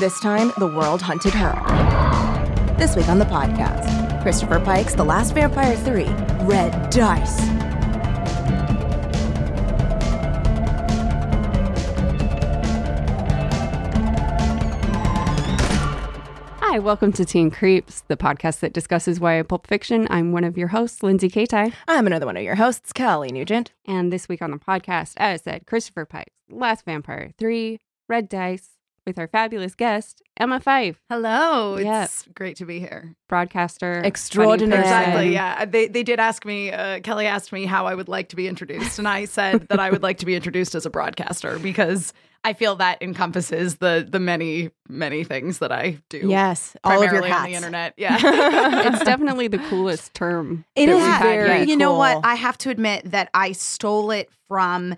This time, the world hunted her. This week on the podcast, Christopher Pike's The Last Vampire 3 Red Dice. Hi, welcome to Teen Creeps, the podcast that discusses YA pulp fiction. I'm one of your hosts, Lindsay Kaitai. I'm another one of your hosts, Kelly Nugent. And this week on the podcast, as I said, Christopher Pike's Last Vampire 3 Red Dice with our fabulous guest, Emma Fife. Hello. Yeah. It's great to be here. Broadcaster. Extraordinary. Exactly. Yeah. They, they did ask me, uh, Kelly asked me how I would like to be introduced. And I said that I would like to be introduced as a broadcaster because I feel that encompasses the the many many things that I do. Yes, all of your hats. on the internet. Yeah, it's definitely the coolest term. It is very. You cool. know what? I have to admit that I stole it from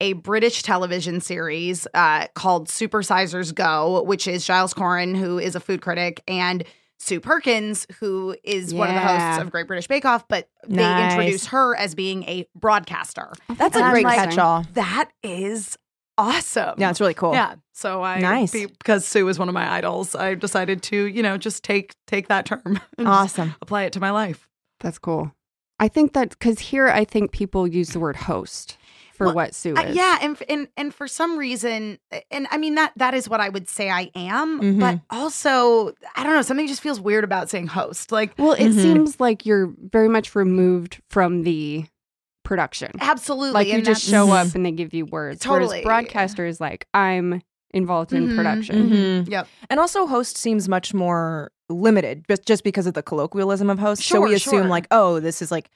a British television series uh, called Supersizers Go, which is Giles Corrin, who is a food critic, and Sue Perkins, who is yeah. one of the hosts of Great British Bake Off, but nice. they introduce her as being a broadcaster. That's and a great like, catch-all. That is awesome. Yeah, it's really cool. Yeah. So I nice because Sue is one of my idols. I decided to you know just take take that term. awesome. Apply it to my life. That's cool. I think that because here I think people use the word host for well, what Sue is. Uh, yeah, and and and for some reason, and I mean that that is what I would say I am, mm-hmm. but also I don't know, something just feels weird about saying host. Like, well, it mm-hmm. seems like you're very much removed from the production. Absolutely, like you just show up and they give you words. Totally, Whereas broadcaster is like I'm involved in mm-hmm. production. Yep, and also host seems much more limited, just just because of the colloquialism of host. Sure, so we assume sure. like, oh, this is like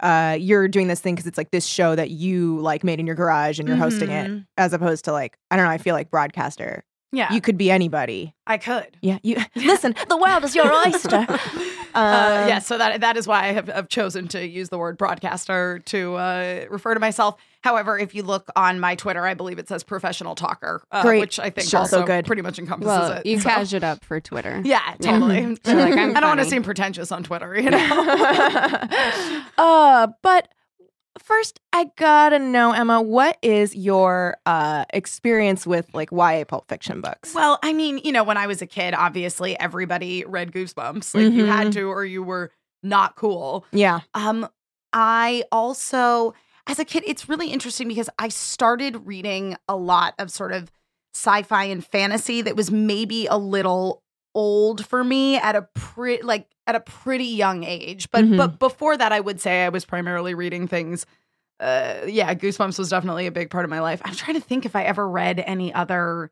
uh, you're doing this thing because it's like this show that you like made in your garage and you're mm-hmm. hosting it, as opposed to like I don't know. I feel like broadcaster. Yeah, you could be anybody. I could. Yeah, you listen. The world is your oyster. Um, Uh, uh, yeah, so that that is why I have, have chosen to use the word broadcaster to uh, refer to myself. However, if you look on my Twitter, I believe it says professional talker, uh, which I think sure. also good. pretty much encompasses well, it. You so. cash it up for Twitter. Yeah, totally. Yeah. so, like, I don't want to seem pretentious on Twitter, you know. uh, but first, I gotta know, Emma, what is your uh, experience with like YA pulp fiction books? Well, I mean, you know, when I was a kid, obviously everybody read Goosebumps. Like mm-hmm. you had to, or you were not cool. Yeah. Um, I also, as a kid, it's really interesting because I started reading a lot of sort of sci-fi and fantasy that was maybe a little old for me at a pretty like at a pretty young age. But mm-hmm. but before that, I would say I was primarily reading things. Uh, yeah, Goosebumps was definitely a big part of my life. I'm trying to think if I ever read any other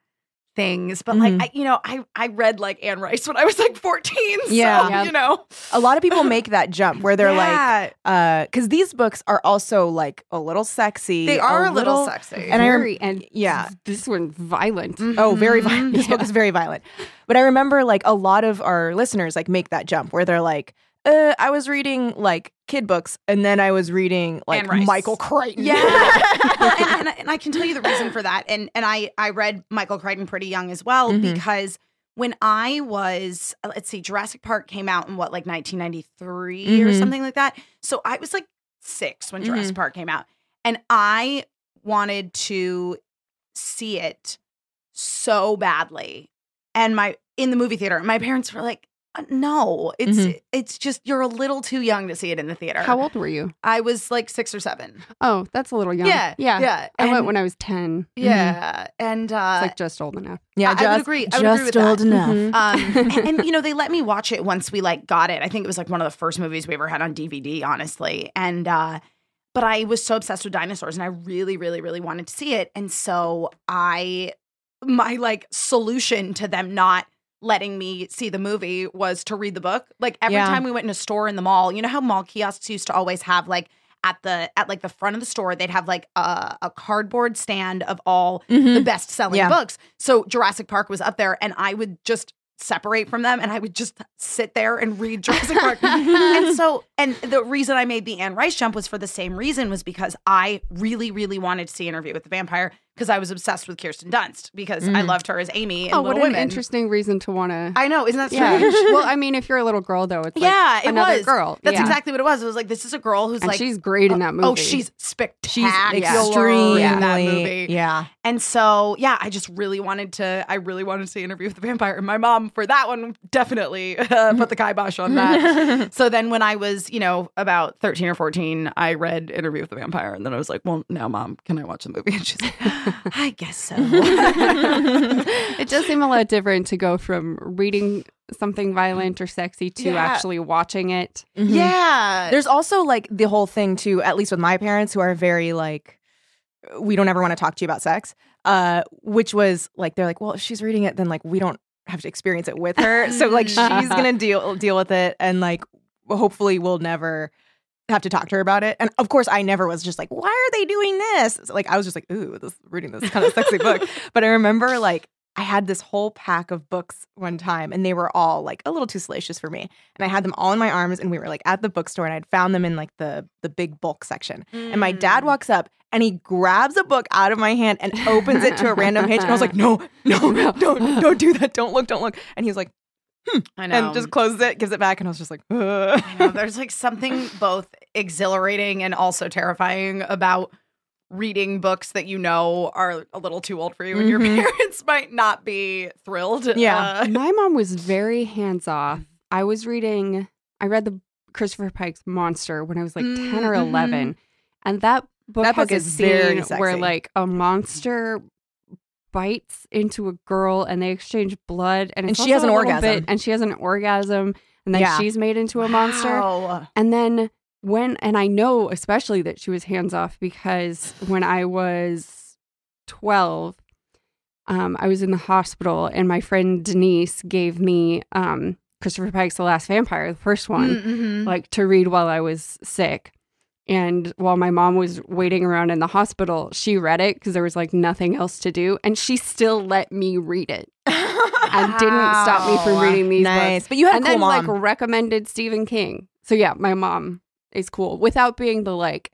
things, but mm-hmm. like I, you know, I I read like Anne Rice when I was like 14. Yeah, so, yeah. you know, a lot of people make that jump where they're yeah. like, because uh, these books are also like a little sexy. They are a, little, little sexy, and very, I rem- and yeah, this one violent. Mm-hmm. Oh, very violent. This yeah. book is very violent. But I remember like a lot of our listeners like make that jump where they're like. Uh, I was reading like kid books, and then I was reading like Michael Crichton. Yeah, and, and, I, and, I can tell you the reason for that. And and I I read Michael Crichton pretty young as well mm-hmm. because when I was uh, let's see, Jurassic Park came out in what like 1993 mm-hmm. or something like that. So I was like six when Jurassic mm-hmm. Park came out, and I wanted to see it so badly, and my in the movie theater, my parents were like "Uh, no, it's mm-hmm. it's just you're a little too young to see it in the theater. How old were you? I was like six or seven. Oh, that's a little young. Yeah, yeah, yeah. I and, went when I was ten. Yeah, mm-hmm. and uh, it's like just old enough. Yeah, just, I would agree. I would just agree old that. enough. Mm-hmm. Um, and, and, you know, they let me watch it once we like got it. I think it was like one of the first movies we ever had on DVD, honestly. And uh, but I was so obsessed with dinosaurs, and I really, really, really wanted to see it. And so I, my like solution to them not letting me see the movie was to read the book. Like every yeah. time we went in a store in the mall, you know how mall kiosks used to always have like at the at like the front of the store they'd have like a, a cardboard stand of all Mm-hmm. the best selling Yeah. books so jurassic park was up there and i would just separate from them and i would just sit there and read jurassic park and so and the reason i made the anne rice jump was for the same reason was because i really really wanted to see interview with the vampire because i was obsessed with kirsten dunst because i loved her as amy in Mm. Oh, what little an women interesting reason to want to. i know isn't that Yeah. strange well, I mean, if you're a little girl, though, it's like yeah, it another was. girl. That's Yeah. exactly what it was. It was like this is a girl who's And like she's great in that movie. Oh, she's spectacular extremely in that movie. yeah. And so, yeah, I just really wanted to. I really wanted to see Interview with the Vampire, and my mom for that one definitely uh, put the kibosh on that. so then, when I was, you know, about thirteen or fourteen, I read Interview with the Vampire, and then I was like, "Well, now, mom, can I watch the movie?" And she's like, "I guess so." Mm-hmm. it does seem a lot different to go from reading something violent or sexy to Yeah. actually watching it. yeah, There's also like the whole thing too, at least with my parents who are very like we don't ever want to talk to you about sex. Uh which was like they're like, well, if she's reading it then like we don't have to experience it with her. so like she's going to deal deal with it and like hopefully we'll never have to talk to her about it. And of course I never was just like, why are they doing this? So, like I was just like, ooh, this reading this kind of sexy book. But I remember like I had this whole pack of books one time and they were all like a little too salacious for me and I had them all in my arms, and we were like at the bookstore, and I'd found them in like the the big bulk section. And Mm. my dad walks up and he grabs a book out of my hand and opens it to a random page, and I was like, no, no, no, don't, don't do that, don't look, don't look. And he was like, I know. and just closes it, gives it back, and I was just like, Ugh. I know, there's like something both exhilarating and also terrifying about reading books that you know are a little too old for you and your Mm-hmm. Mhm. parents might not be thrilled. Yeah. Uh, My mom was very hands off. I was reading, I read the Christopher Pike's Monster when I was like 10 or Mhm. 11. And that book Mm-hmm. That has book a is very scene where sexy. like a monster bites into a girl and they exchange blood and, it's And she has also an a little orgasm. bit- and she has an orgasm and then Yeah. she's made into a monster wow. And then when, and I know especially that she was hands off because when I was 12, um, I was in the hospital and my friend Denise gave me um, Christopher Pike's The Last Vampire, the first one, Mhm. like to read while I was sick. And while my mom was waiting around in the hospital, she read it because there was like nothing else to do. And she still let me read it and didn't stop me from Wow. reading these books nice. But you had and a cool then mom. like recommended Stephen King. So yeah, my mom is cool without being the like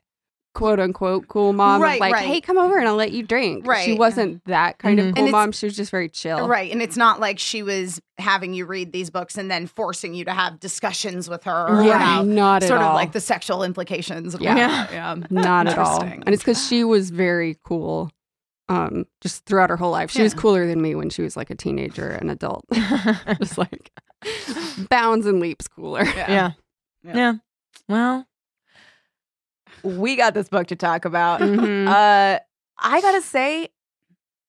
quote unquote cool mom of, Right, like right. hey come over and I'll let you drink. She Right. wasn't that kind Mhm. of And cool it's- mom. She was just very chill. Right. And it's not like she was having you read these books and then forcing you to have discussions with her Yeah, about not at sort all. of like the sexual implications. And Yeah. whatnot. yeah. not at all. Interesting. And it's because she was very cool. Um, just throughout her whole life, she was Yeah. cooler than me when she was like a teenager and adult. just like bounds and leaps cooler. yeah. yeah, Yeah. Well, we got this book to talk about. Mhm. Uh, I gotta say,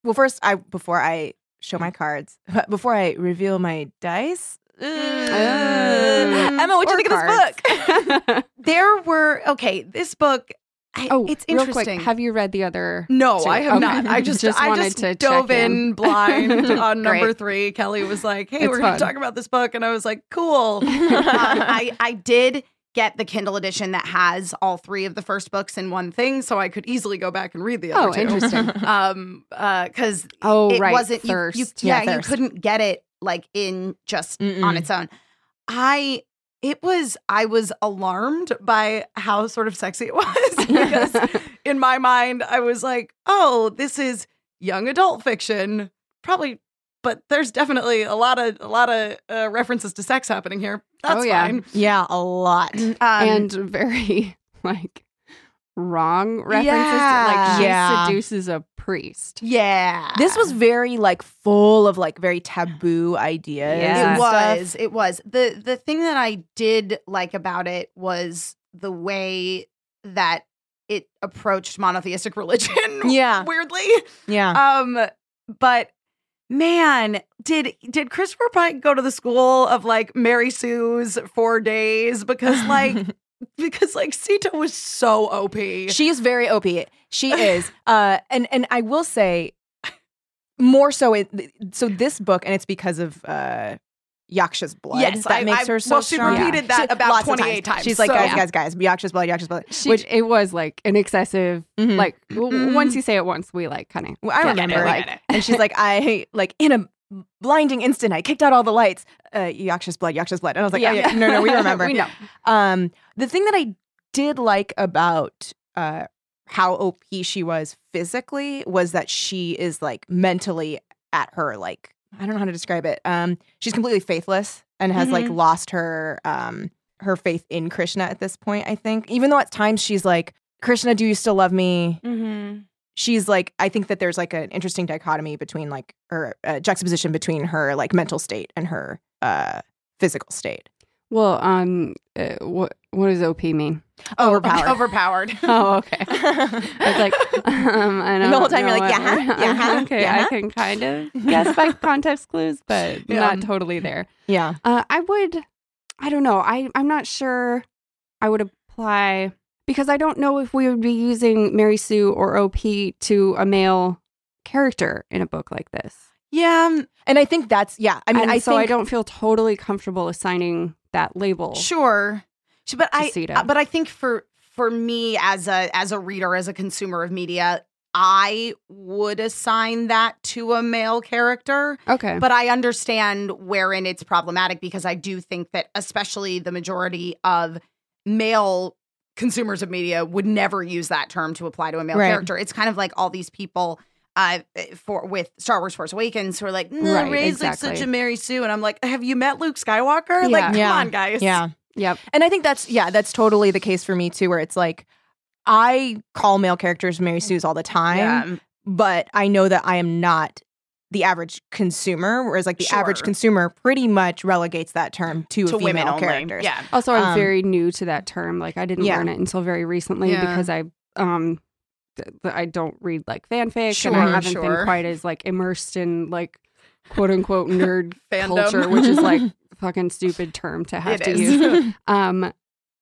well, first, I before I show my cards, but before I reveal my dice, uh, Mm. Emma, what do you Or think cards. of this book? There were, okay, this book, I, oh, it's real interesting. Quick, have you read the other? No, So- I have okay. not. I just, Just I wanted just to dove check in. in, blind on number Great. three. Kelly was like, "Hey, It's we're going fun. to talk about this book," and I was like, "Cool." Um, I I did get the Kindle edition that has all three of the first books in one thing, so I could easily go back and read the other Oh, two. interesting. Um, because Oh, it right. wasn't you- thirst. You, Yeah, yeah, you thirst. couldn't get it like in just Mm-mm. on its own. I it was I was alarmed by how sort of sexy it was because in my mind I was like, oh, this is young adult fiction, probably. But there's definitely a lot of a lot of uh, references to sex happening here. That's Oh, yeah. fine. yeah, a lot. Um, and very like wrong references. To, like Yeah. she Yeah. seduces a priest. yeah, This was very like full of like very taboo ideas. Yeah. It and stuff. was. It was. The the thing that I did like about it was the way that it approached monotheistic religion. Yeah. Weirdly. Yeah. Um but man, did did Christopher Pike go to the school of like Mary Sue's 4 days because like because like Sita was so OP. She is very OP. She is. Uh, and and I will say, more so. It, so this book, and it's because of uh, Yaksha's blood. Yes, that I- makes I- her so well, she strong. repeated that about lots of 28 times, She's like, so- guys, Yeah. guys, guys, Yaksha's blood, Yaksha's blood. She, Which it was like an excessive, Mhm. like w- w- Mm. once you say it once, we like kind of. Well, I remember, it, like, get it. and she's like, I like in a blinding instant, I kicked out all the lights. Uh, Yaksha's blood, Yaksha's blood, and I was like, oh, yeah, no, no, we remember. we know. Um, the thing that I did like about uh how OP she was physically was that she is like mentally at her like I don't know how to describe it. Um, she's completely faithless and has Mm-hmm. like lost her um her faith in Krishna at this point. I think, even though at times she's like, Krishna, do you still love me? Mm-hmm. she's like i think that there's like an interesting dichotomy between like or uh, juxtaposition between her like mental state and her uh physical state Well, um, uh, what what does OP mean? overpowered Overpowered. Oh, okay. Oh, It's like, um, I And don't the whole time know you're like, what- yeah, huh, yeah, huh, okay, yeah, huh. I can kind of guess by context clues, but Yeah. not totally there. Um, yeah Uh, I would, I don't know. I I'm not sure. I would apply because I don't know if we would be using Mary Sue or OP to a male character in a book like this. yeah um, and i think that's yeah i mean And i so think I don't feel totally comfortable assigning that label. Sure. She- but I Casita. but I think for for me as a as a reader as a consumer of media I would assign that to a male character Okay. but I understand wherein it's problematic because I do think that especially the majority of male consumers of media would never use that term to apply to a male Right. character it's kind of like all these people uh, for with Star Wars Force Awakens, who are like, no, Right, Ray's like such exactly. a Mary Sue, and I'm like, have you met Luke Skywalker? Yeah. Like, come Yeah. on, guys. yeah Yep. and i think that's yeah that's totally the case for me too where it's like i call male characters mary sue's all the time Yeah. but I know that I am not the average consumer, whereas like the average Sure. consumer pretty much relegates that term to, to female women only. characters. Yeah. Also, I'm Um, very new to that term. Like, I didn't Yeah. learn it until very recently Yeah. because I um th- th- I don't read like fanfic and Sure, I haven't sure. been quite as like immersed in like quote unquote nerd Fandom. culture, which is like fucking stupid term to have It to is. use. Um,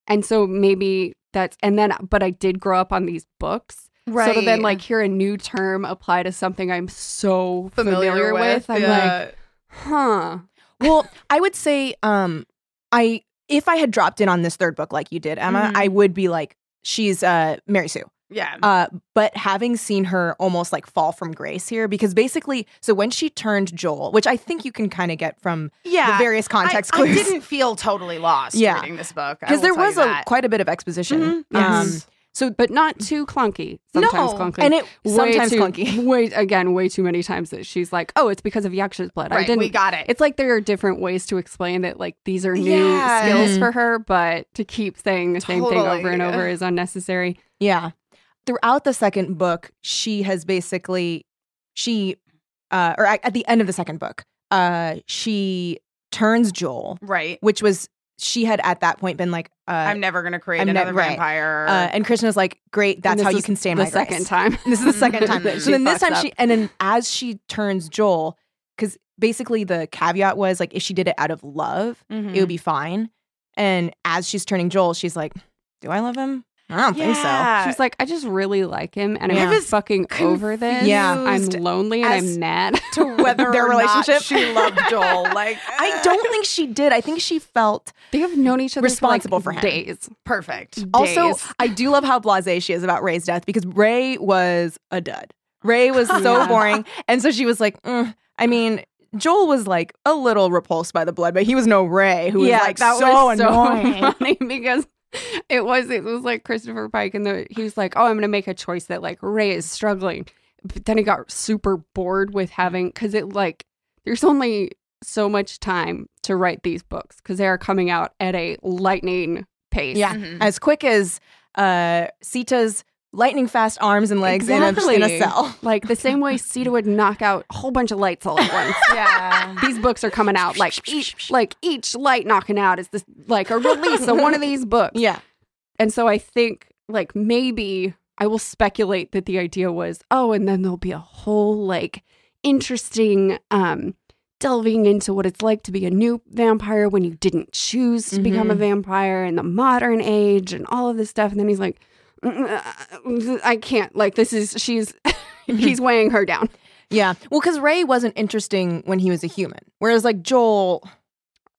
and so maybe that's and then but I did grow up on these books. So to then like hear a new term apply to something I'm so familiar, with, I'm uh, like, huh. well, I would say, um, I if I had dropped in on this third book like you did, Emma, Mhm. I would be like, she's uh Mary Sue. yeah. Uh, but having seen her almost like fall from grace here, because basically, so when she turned Joel, which I think you can kind of get from yeah. the various I- context I, clues, didn't feel totally lost Yeah. reading this book. I because will there tell was you a that. Mm-hmm, quite a bit of exposition. Mm-hmm. Yes. Um, so But not too clunky. Sometimes No. clunky. and it way sometimes too, clunky. Way again, way too many times that she's like, "Oh, it's because of Yaksha's blood." I Right, didn't. we got it. it's like there are different ways to explain that, like these are new Yeah. skills Mhm. for her, but to keep saying the same thing over and Totally. over is unnecessary. Yeah. Throughout the second book, she has basically she uh or at at the end of the second book, uh she turns Joel, right. which was she had at that point been like uh I'm never going to create I'm ne- another right. vampire. uh and Krishna's like, "Great, And that's this how you is can stay in the my grace." second time. This is the second time. that so she then this fucks time up. she and then as she turns Joel cuz basically the caveat was like if she did it out of love, Mm-hmm. Mhm. it would be fine. And as she's turning Joel, she's like, "Do I love him?" I don't think so. Yeah. she's like, "I just really like him, and Yeah. I'm I was fucking over this. Yeah. I'm confused lonely and as I'm mad." to whether Their or relationship. not she loved Joel. Like I don't think she did. I think she felt they have known each other Responsible for, for him. like, days. perfect. also Days. I do love how blasé she is about Ray's death because Ray was a dud. Ray was so Yeah. boring. And so she was like, "Mm." I mean, Joel was like a little repulsed by the blood, but he was no Ray who was like so annoying. funny because it was it was like Christopher Pike and the he was like, oh, I'm gonna make a choice that like Ray is struggling, but then he got super bored with having because it like there's only so much time to write these books because they are coming out at a lightning pace. yeah. Mhm. Mm. As quick as uh Sita's lightning fast arms and legs in, a, in a Exactly. cell. Like the same way Sita would knock out a whole bunch of lights all at once. yeah. these books are coming out like each like each light knocking out is this like a release of one of these books. Yeah. And so I think, like, maybe I will speculate that the idea was, oh, and then there'll be a whole, like, interesting, um, delving into what it's like to be a new vampire when you didn't choose to become a Mhm. vampire in the modern age and all of this stuff. And then he's like, "Mm, I can't, like, this is, she's, he's weighing her down. Yeah. Well, because Ray wasn't interesting when he was a human, whereas like Joel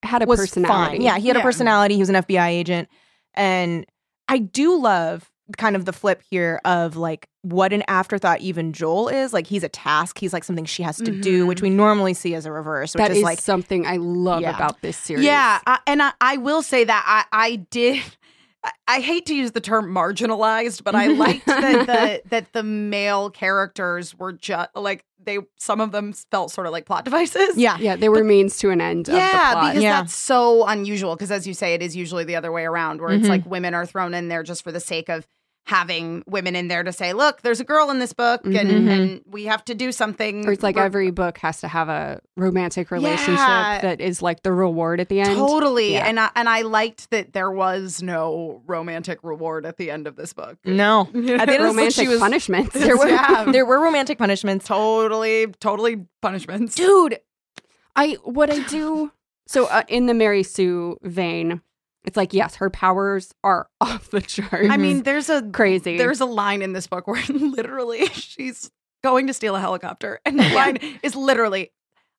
had a was personality. fine. Yeah, he had a Yeah. personality. He was an FBI agent, and I do love kind of the flip here of like what an afterthought even Joel is. Like he's a task. He's like something she has to do, Mhm. which we normally see as a reverse, which That is, is like something I love Yeah. about this series. Yeah, I, and I, I will say that I, I did. I- I hate to use the term marginalized, but I liked that the that the male characters were just like they some of them felt sort of like plot devices. yeah, Yeah, they were means to an end of the Yeah, plot. because Yeah. that's so unusual. Because as you say, it is usually the other way around, where Mhm. Mm-hmm. it's like women are thrown in there just for the sake of having women in there to say, "Look, there's a girl in this book, and, Mhm. and we have to do something." Mm-hmm. or it's like We're- every book has to have a romantic relationship Yeah. that is like the reward at the end. totally, Yeah. and I, and I liked that there was no romantic reward at the end of this book. no. At the end of the book, romantic she was punishments. there were Yeah. there were romantic punishments. Totally, totally punishments. dude. I what I do. So uh, in the Mary Sue vein, it's like yes, her powers are off the chart. I mean, there's a crazy. There's a line in this book where literally she's going to steal a helicopter, and the line is literally,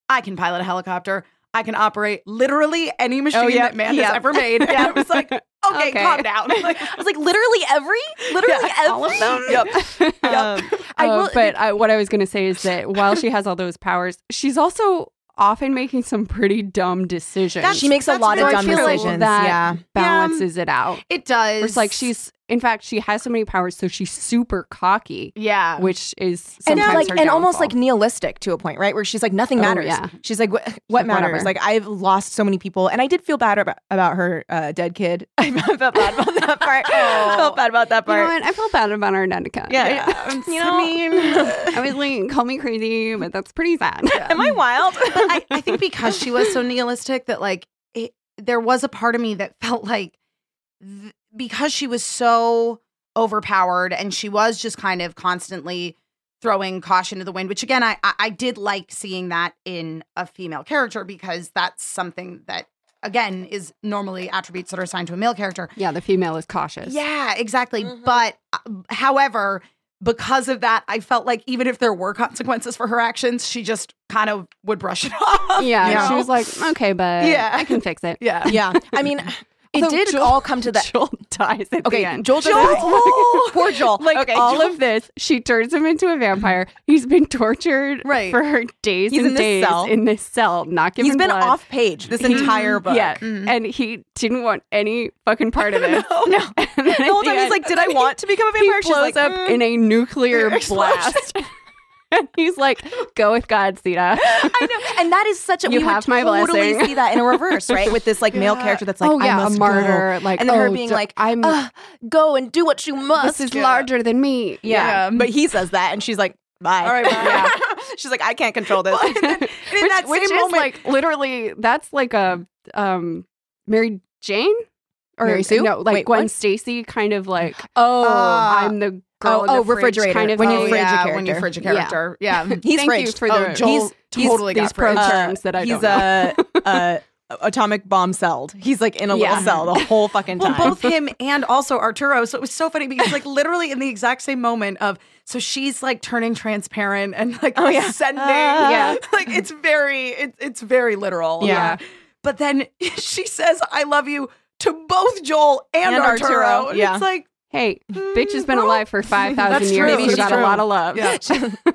"I can pilot a helicopter. I can operate literally any machine Oh, yeah. that man Yeah. has ever made." And I was like, "Okay, Okay. calm down." Like, I was like literally every literally yeah, all every of them. Yep. Um, I Uh, will, but I, what I was going to say is that while she has all those powers, she's also often making some pretty dumb decisions. she makes a that's lot of what I dumb feel like decisions. that yeah, balances it out. It does. It's like she's, in fact, she has so many powers, so she's super cocky, yeah. which is and sometimes like her and almost like downfall. nihilistic to a point, right? Where she's like, nothing Oh, matters. yeah. She's like, what, what like, matters? whatever. Like I've lost so many people, and I did feel bad about, about her uh, dead kid. I felt bad about that part. I felt bad about that Oh. You know part. what? I felt bad about our Nenica. yeah. You know, I was like, call me crazy, but that's pretty sad. am Oh, I wild? but I, I think because she was so nihilistic that like it, there was a part of me that felt like th- because she was so overpowered and she was just kind of constantly throwing caution to the wind which again I, I i did like seeing that in a female character because that's something that again is normally attributes that are assigned to a male character yeah, the female is cautious. yeah, exactly. Mhm. But uh, however, because of that, I felt like even if there were consequences for her actions, she just kind of would brush it off. Yeah. you She know? was like, okay, but Yeah. I can fix it. yeah. yeah, I mean, it Although did Joel- all come to that. Joel dies at Okay, the end. Joel, Joel, poor Joel. like okay, all Joel- of this, she turns him into a vampire. He's been tortured Right. for days He's and in this days cell. in this cell, not given he's been blood. off page this He- entire book. Yeah, and he didn't want any fucking part of it. Mm-hmm. No, the And then whole at the time he's end, like, "Did I want to become a He vampire?" She's blows like, up "Mm." in a nuclear Explosion. blast. and he's like, "Go with God, Sita." I know. And that is such a You we have would my totally blessing. see that in a reverse, right? With this like male Yeah. character that's like, oh I yeah, a must martyr. go. Like, and then her oh, being d- like, I'm. "Ugh, Uh, go and do what you must. this is larger than me. Yeah. Yeah. but he says that, and she's like, bye. All right, bye. she's like, I can't control this. And in which, that which same is moment, like literally that's like a um Mary Jane or Mary Sue? no like Wait, Gwen what? Stacy kind of like oh, Uh, I'm the girl oh, in the oh, fridge refrigerator, kind of when you thing. fridge a yeah, when you character. fridge a Yeah. Mm-hmm. character. Yeah. he's Thank fridged. you for the Oh, Joel he's- he's- totally these got pro fridged. Uh, terms that I he's don't know. a, a atomic bomb celled. He's like in a Yeah. little cell the whole fucking Well, time. both him and also Arturo. So it was so funny because, like, literally in the exact same moment of, so she's like turning transparent and like oh, yeah. ascending. Ah. Yeah. like it's very, it, it's very literal. Yeah. But then she says, "I love you" to both Joel and, And Arturo. Arturo, And yeah. it's like Hey, bitch has been well, alive for five that's thousand years. She true. That's got a true. lot of love. Yeah.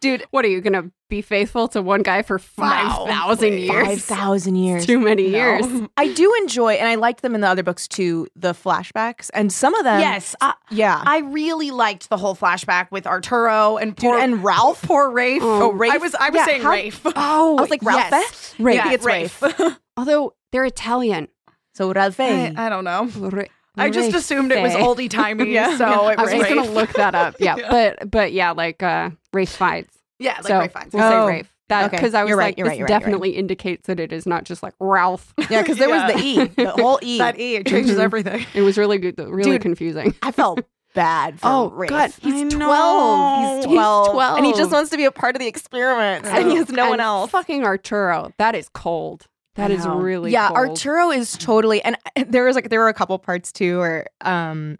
Dude, what are you gonna be faithful to one guy for five thousand years? Five thousand years. Too many years. I do enjoy, and I liked them in the other books too. The flashbacks and some of them. yes, I, Yeah. I really liked the whole flashback with Arturo and poor and Ralph? poor Rafe. Oh, I was I was Yeah, saying how- Rafe. Oh, I was like Ralph. yes. eh? Rafe. Yeah, I think it's Rafe. Rafe. Although they're Italian. So Ralph. eh? I, I don't know. Ra- I just Rafe. assumed it was oldie timey, so it I was was just Rafe. gonna look that up. Yeah, Yeah. but but yeah, like uh, Rafe finds. yeah, like so Rafe Fiennes. we'll Oh, say Rafe. That okay. because I was You're right, like, you're this right, you're right, you're right. definitely indicates that it is not just like Ralph. Yeah, because there was the E, the whole E. That E it changes everything. It was really good, really Dude. confusing. I felt bad for Oh, Rafe. God, he's I 12. know. He's He's 12. 12. And he just wants to be a part of the experiment. And he has no And one else. Fucking Arturo. That is cold. That is know. really yeah Cold. arturo is totally and there was like there were a couple parts too where um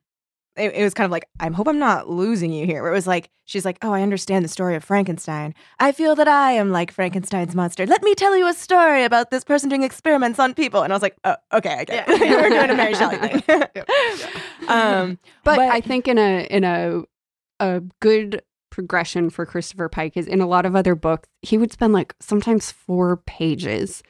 it, it, was kind of like, I hope I'm not losing you here. Where it was like, she's like, oh, I understand the story of Frankenstein. I feel that I am like Frankenstein's monster. Let me tell you a story about this person doing experiments on people. And I was like, oh, okay, I get it. Yeah. We're doing a Mary Shelley thing. yep. um, but, but I think in a in a a good progression for Christopher Pike is in a lot of other books, he would spend like sometimes four pages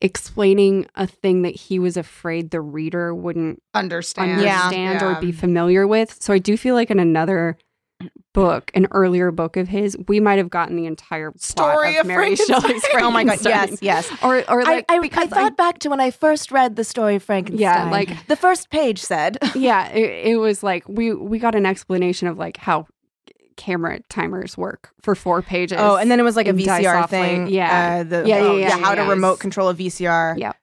explaining a thing that he was afraid the reader wouldn't understand, understand yeah. or be familiar with. So I do feel like in another book, an earlier book of his, we might have gotten the entire story of, of Mary Shelley's Frankenstein. Oh my god, yes, yes. Or, or like I, I, because I thought I, back to when I first read the story of Frankenstein. Yeah, like the first page said. yeah, it, it was like we we got an explanation of like how camera timers work for four pages. Oh, and then it was like a VCR thing. Yeah. Uh, the, yeah, yeah, yeah, yeah, how to remote control a VCR. Yep.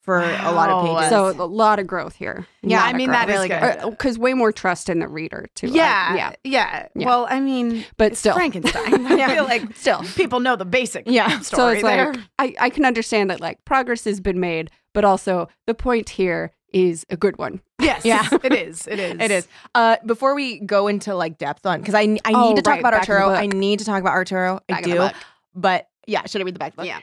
For wow. a lot of pages. So a lot of growth here. Yeah, I mean that really good. Because way more trust in the reader too. Yeah, like, yeah, yeah. Well, I mean, but still Frankenstein. I feel like still people know the basic yeah. story so it's there. Like, I I can understand that like progress has been made, but also the point here is a good one. Yes, yeah, it is. It is. It is. Uh, before we go into like depth on, because I I oh, need to talk right, about Arturo. I need to talk about Arturo. Back I do. But yeah, should I read the back book? Yeah.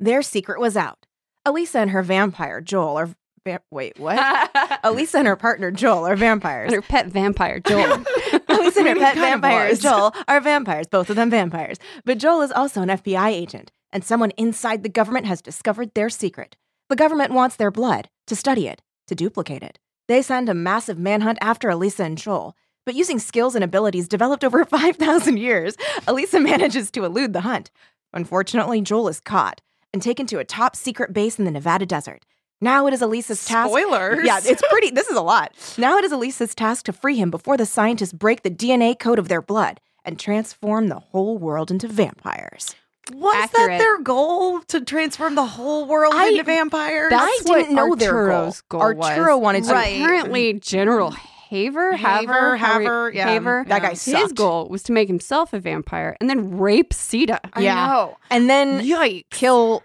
Their secret was out. Elisa and her vampire Joel are. Va- wait, what? Elisa and her partner Joel are vampires. And her pet vampire Joel. Elisa and her pet vampire Joel are vampires. Both of them vampires. But Joel is also an FBI agent, and someone inside the government has discovered their secret. The government wants their blood to study it to duplicate it. They send a massive manhunt after Elisa and Joel, but using skills and abilities developed over 5,000 years, Elisa manages to elude the hunt. Unfortunately, Joel is caught and taken to a top secret base in the Nevada desert. Now it is Elisa's task. Spoilers. Yeah, it's pretty. This is a lot. Now it is Elisa's task to free him before the scientists break the DNA code of their blood and transform the whole world into vampires. Was Accurate. that their goal to transform the whole world I, into vampires? I didn't know Arturo's their goal. goal Arturo was. wanted to. Mm-hmm. Right. Apparently, General Haver, Haver, Haver, Haver, yeah. Haver that guy. His sucked. goal was to make himself a vampire and then rape Sita. yeah, know. and then Yikes. kill,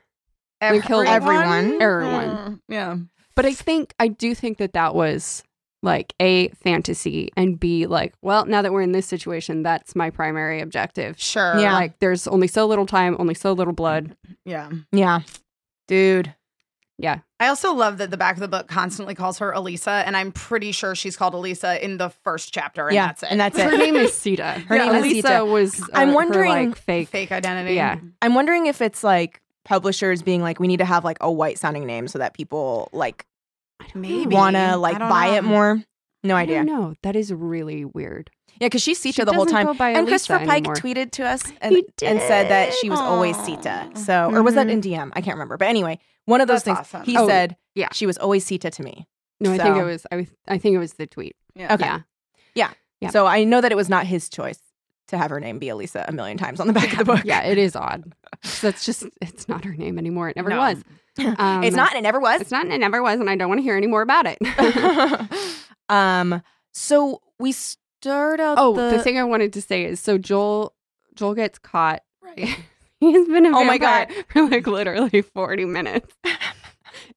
everyone? kill everyone, everyone. Mm, yeah, but I think I do think that that was like a fantasy and b like well now that we're in this situation that's my primary objective sure yeah like there's only so little time only so little blood yeah yeah dude yeah i also love that the back of the book constantly calls her elisa and i'm pretty sure she's called elisa in the first chapter and yeah, that's it and that's it her name is sita her yeah, name elisa is sita was uh, i'm wondering her, like fake fake identity yeah i'm wondering if it's like publishers being like we need to have like a white sounding name so that people like maybe wanna like buy know. it more. No idea. No, that is really weird. Yeah, because she's Sita she the whole time. and Elisa Christopher Pike anymore. tweeted to us and, and, said that she was Aww. always Sita. So, mm-hmm. or was that in DM? I can't remember. But anyway, one of those That's things. Awesome. He oh, said, "Yeah, she was always Sita to me." No, I so. think it was. I, was, I think it was the tweet. Yeah. Okay. Yeah. yeah. yeah. So I know that it was not his choice to have her name be Elisa a million times on the yeah. back of the book. Yeah, it is odd. That's just it's not her name anymore. It never no. was. Um, it's not and it never was. It's not and it never was, and I don't want to hear any more about it. um. So we start out. Oh, the... the... thing I wanted to say is so Joel Joel gets caught. Right. He's been a oh my god for like literally forty minutes.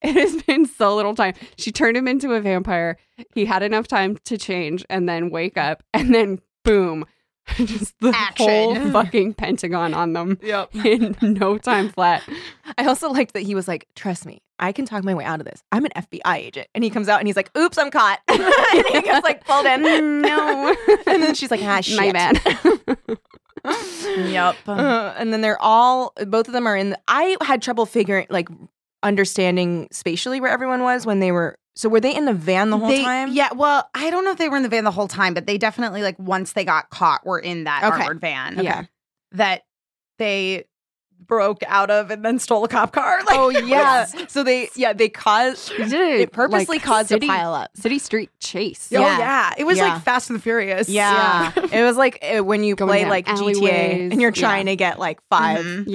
it has been so little time. She turned him into a vampire. He had enough time to change and then wake up, and then boom. just the Action. whole fucking Pentagon on them yep. in no time flat. I also liked that he was like, "Trust me, I can talk my way out of this. I'm an FBI agent." And he comes out and he's like, "Oops, I'm caught." and he gets like pulled in. No. and then she's like, "Ah, shit. my bad." yep. Uh, and then they're all, both of them are in. The, I had trouble figuring, like, understanding spatially where everyone was when they were so were they in the van the whole they, time? Yeah. Well, I don't know if they were in the van the whole time, but they definitely like once they got caught were in that okay. armored van. Okay. Yeah. That they broke out of and then stole a cop car. Like, oh yeah. so they yeah they caused it, it purposely like, caused city, a pile up. City street chase. Yeah. Oh yeah. It was yeah. like Fast and the Furious. Yeah. yeah. it was like uh, when you Going play like alleyways. GTA and you're trying to get like 5 mm-hmm.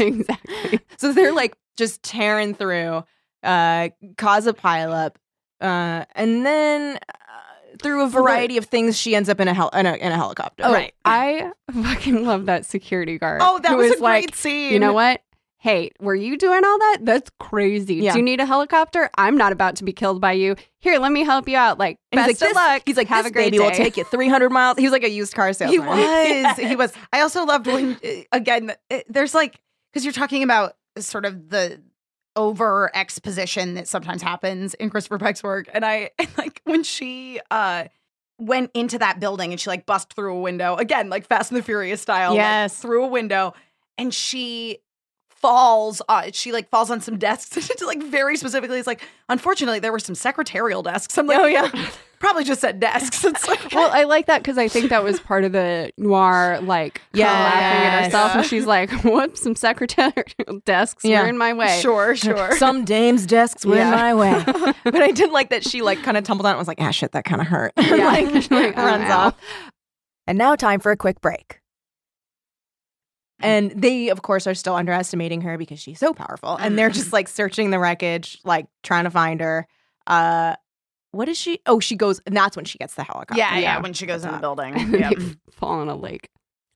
exactly. So they're like just tearing through uh, cause a pileup, uh, and then uh, through a variety of things, she ends up in a hel- in a, in a helicopter. Oh, right. I fucking love that security guard. Oh, that who was is a like, great scene. You know what? hey, were you doing all that? That's crazy. Yeah. Do you need a helicopter? I'm not about to be killed by you. Here, let me help you out. Like, And best he's like, of this, luck. He's like, have this a great baby day. will take you 300 miles. He was like a used car salesman. He was. He was. I also loved when uh, again uh, there's like because you're talking about sort of the over exposition that sometimes happens in Christopher Pike's work, and I and like when she uh went into that building and she like bust through a window again, like Fast and the Furious style. like, Yes. through a window, and she falls on she like falls on some desks It's, like very specifically it's like unfortunately there were some secretarial desks i'm like oh yeah probably just said desks it's like well, I like that because I think that was part of the noir, like, yeah, laughing at Yes. herself. And she's like, whoops, some secretarial desks Yeah. were in my way. sure sure Some dame's desks were in Yeah. my way. but I did like that she like kind of tumbled down and was like, ah, shit, that kind of hurt. Yeah. like, She's like, oh, runs no. off. And now time for a quick break. And they, of course, are still underestimating her because she's so powerful. And they're Mm-hmm. just like searching the wreckage, like trying to find her. Uh, what is she? Oh, she goes, and that's when she gets the helicopter. Yeah, yeah, Yeah. When she goes in the That's building, And yeah, they fall in a lake.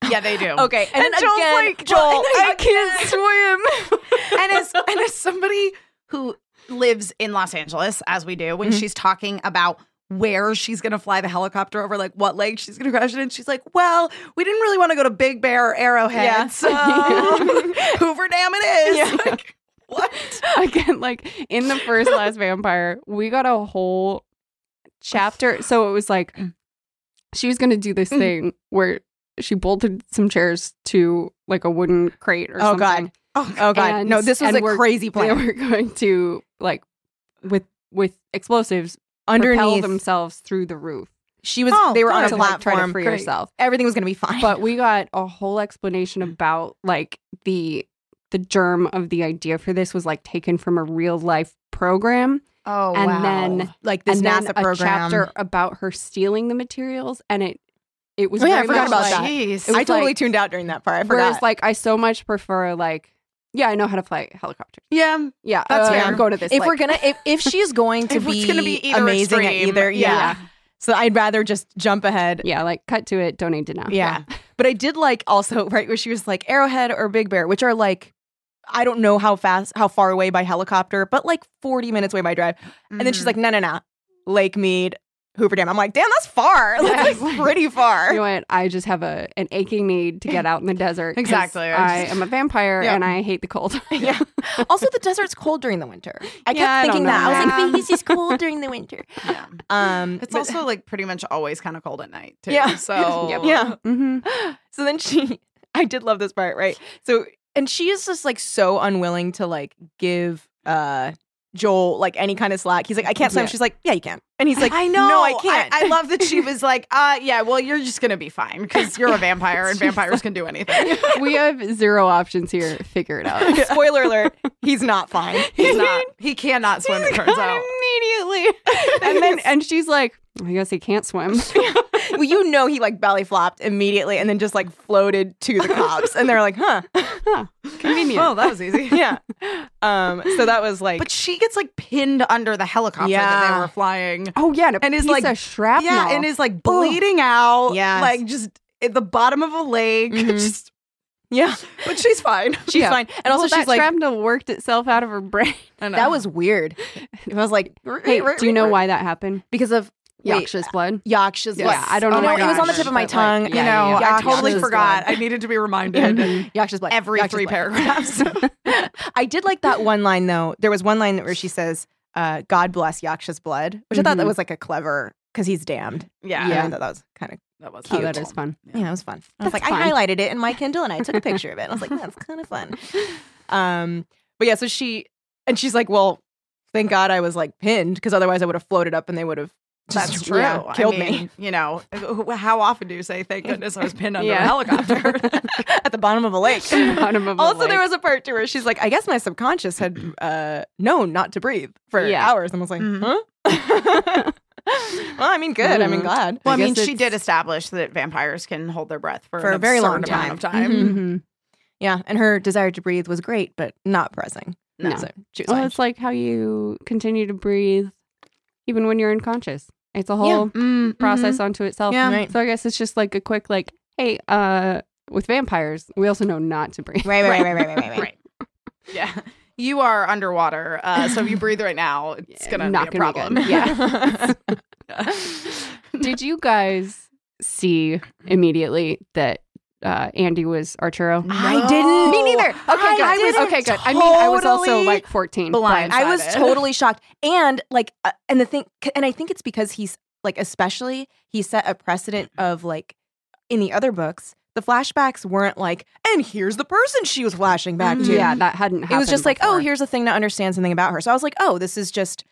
yeah, they do. Okay. And, And Joel's again, like, Joel, I can't swim. and as and as somebody who lives in Los Angeles, as we do, when Mhm. she's talking about where she's gonna fly the helicopter over, like what lake she's gonna crash it in, she's like, "Well, we didn't really want to go to Big Bear or Arrowhead, Yeah. so Hoover Dam it is." Like, what? again like in the first last vampire we got a whole chapter so it was like Mm. she was going to do this Mm-hmm. thing where she bolted some chairs to like a wooden crate or Oh, God. something Oh, Oh, God. And- no, this was and a we're- crazy they plan. were going to like with with explosives propel Underneath, themselves through the roof she was, Oh, they were on a to like try platform. to free Great. herself Everything was going to be fine. but we got a whole explanation about like the the germ of the idea for this was like taken from a real life program oh, and then like this and then NASA a program. chapter about her stealing the materials, and it it was Oh, yeah, I very forgot much about like, that. Jeez. It was I totally like- tuned out during that part. I Whereas, forgot. like I so much prefer like yeah, I know how to fly helicopters. yeah, Yeah, That's okay, fair. I'm going to this. if like- we're gonna, if, if she's going to If be, it's gonna be either amazing at extreme, either, yeah. yeah. So I'd rather just jump ahead. yeah, like cut to it. Don't need to know. Yeah. But I did like also right where she was like Arrowhead or Big Bear, which are like I don't know how fast, how far away by helicopter, but like forty minutes away by drive. And Mm-hmm. then she's like, no, no, no, Lake Mead, Hoover Dam. I'm like, damn, that's far. That's like, pretty far. You know what? I just have a an aching need to get out in the desert. 'cause Exactly. I am a vampire Yeah. and I hate the cold. Yeah. Also, the desert's cold during the winter. I Yeah, I kept don't thinking that. know. I was Yeah. like, Vegas is cold during the winter. yeah. Um, It's but- also like pretty much always kind of cold at night too. Yeah. So yeah. hmm So then she, I did love this part, right? So, and she is just like so unwilling to like give uh Joel like any kind of slack. He's like, I can't swim. Yeah. She's like, Yeah, you can. And he's like, I know. No, I can't. I, love that she was like, uh, yeah, well, you're just going to be fine because you're a vampire and vampires can do anything. We have zero options here. Figure it out. Spoiler alert, he's not fine. He's not. He cannot swim, it turns out. Immediately, and then and she's like, "Oh, I guess he can't swim. well, you know, he like belly flopped immediately and then just like floated to the cops. And they're like, Huh, Huh, convenient. Oh, that was easy. yeah. Um, so that was like, But she gets like pinned under the helicopter that Yeah. they were flying. Oh yeah, and, a And is, piece like- of shrapnel. Yeah, and is like bleeding out. Yes. Oh, Like just at the bottom of a lake. Mhm. Just- yeah, but she's fine. she's Yeah. fine. And also, Well, she's that like, shrapnel worked itself out of her brain. I know. That was weird. I was like, Hey, do you know why that happened? because of wait, Yaksha's blood. Yaksha's Yes. blood. Yeah, I don't know. You know, my it was on the gosh, tip of my but, like, tongue. You know, yeah, I yeah. totally Yaksha's forgot. blood. I needed to be reminded Yaksha's blood. every Yaksha's three blood. paragraphs. I did like that one line though. There was one line where she says, uh, "God bless Yaksha's blood," which I thought that Mhm. was like a clever because he's damned. yeah. And Yeah. I thought that was kind of That was Oh, that is fun. yeah, it was fun. I was That's like, I fun. highlighted it in my Kindle and I took a picture of it. And I was like, that's kind of fun. Um, but yeah, so she and she's like, well, thank God I was like pinned because otherwise I would have floated up and they would have just That's true. yeah, killed I mean, me You know, how often do you say, thank goodness I was pinned under Yeah. a helicopter? at the bottom of a lake. Bottom of a also, lake. there was a part to where she's like, I guess my subconscious had uh, known not to breathe for Yeah. hours. And I was like, Mhm. huh? well, I mean, good. I mean, Mhm. glad. well, I, mean, guess she did establish that vampires can hold their breath for, For an a very long absurd amount time. of time. Mhm. Mhm. Yeah. And her desire to breathe was great, but not pressing. No. So she was Well, fine. Oh, it's like how you continue to breathe even when you're unconscious. It's a whole Mm-hmm. Mm, process onto itself. Yeah. Right. So I guess it's just like a quick like, hey, uh, with vampires, we also know not to breathe. Right, right, right, right, right, right, right. mhm. Right. Yeah. You are underwater, uh, so if you breathe right now, it's Yeah, gonna not be a gonna be problem. good. Yeah. Did you guys see immediately that uh, Andy was Arturo? I didn't. Me neither. Okay, I good. I was didn't okay. Good. I mean, I was also totally like fourteen. but- blind. I was blindsided. totally shocked. And like, uh, and the thing, and I think it's because he's like, especially he set a precedent of like in the other books, the flashbacks weren't like, and here's the person she was flashing back to. Mm-hmm. yeah, that hadn't. happened It was just like, oh, before. here's a thing to understand something about her. So I was like, oh, this is just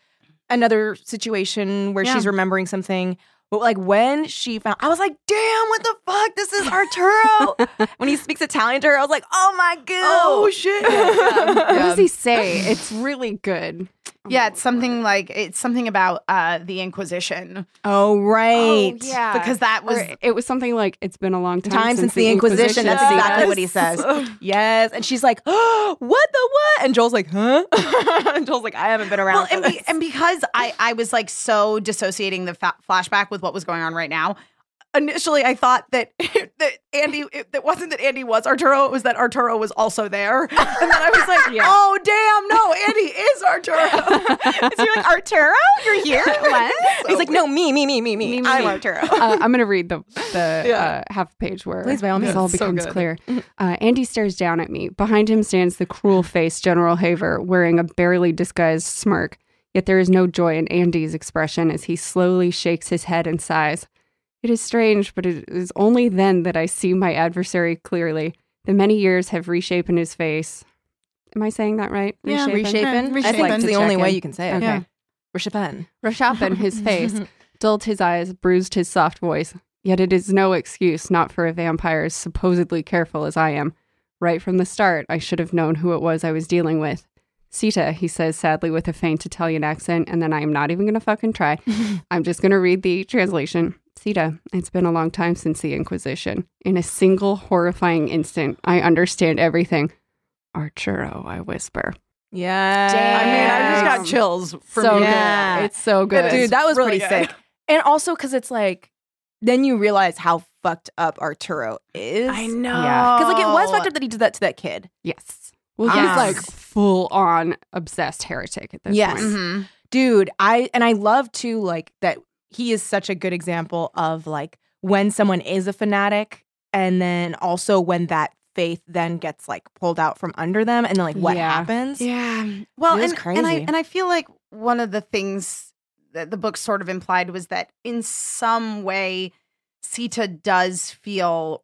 another situation where Yeah. she's remembering something. But like when she found, I was like, damn, what the fuck? This is Arturo. when he speaks Italian to her, I was like, oh my god. oh shit. What does he say? It's really good. Yeah, it's something like it's something about uh, the Inquisition Oh right. yeah, because that was Or it was something like it's been a long time, Time since the Inquisition. That's Yes. exactly what he says. Yes, and she's like, oh, "What the what?" And Joel's like, "Huh?" and Joel's like, "I haven't been around." Well, for and, be, this." and because I, I was like so dissociating the fa- flashback with what was going on right now, initially I thought that that Andy it, that wasn't that Andy was Arturo, it was that Arturo was also there. And then I was like, Yeah. oh damn, no, Andy is Arturo. And so you're like, "Arturo, you're here." What? He's like, "No, me, me, me, me, Oh, me. Me, me, I'm me." Arturo." uh, I'm going to read the, the uh, half page where Please, by all this all means. So becomes good. Mm-hmm. clear. Uh, Andy stares down at me. Behind him stands the cruel faced General Haver, wearing a barely disguised smirk. Yet there is no joy in Andy's expression as he slowly shakes his head and sighs. It is strange, but it is only then that I see my adversary clearly. The many years have reshapen his face. Am I saying that right? Yeah, Reshapen. I think Reshapen. that's To the check only way in. you can say it. Okay. Yeah. Reshapen. Reshapen his face, dulled his eyes, bruised his soft voice. Yet it is no excuse not for a vampire as supposedly careful as I am. Right from the start, I should have known who it was I was dealing with. Sita, he says sadly with a faint Italian accent, and then I am not even going to fucking try. I'm just going to read the translation. Sita, it's been a long time since the Inquisition. In a single horrifying instant, I understand everything. Arturo, I whisper. Yeah. I mean, I just Damn. got chills from so you. good. It's so good. It dude, is that was really pretty good. sick. And also because it's like, then you realize how fucked up Arturo is. I know. Yeah. Because like it was fucked up that he did that to that kid. Yes. Well, Yes. Um, he's like full on obsessed heretic at this Yes. Mm-hmm. point. Mm-hmm. Mhm. Dude, I and I love too, like that he is such a good example of like when someone is a fanatic and then also when that faith then gets like pulled out from under them and then like what Yeah. happens. yeah. Well, It was and, and I crazy. and I feel like one of the things that the book sort of implied was that in some way, Sita does feel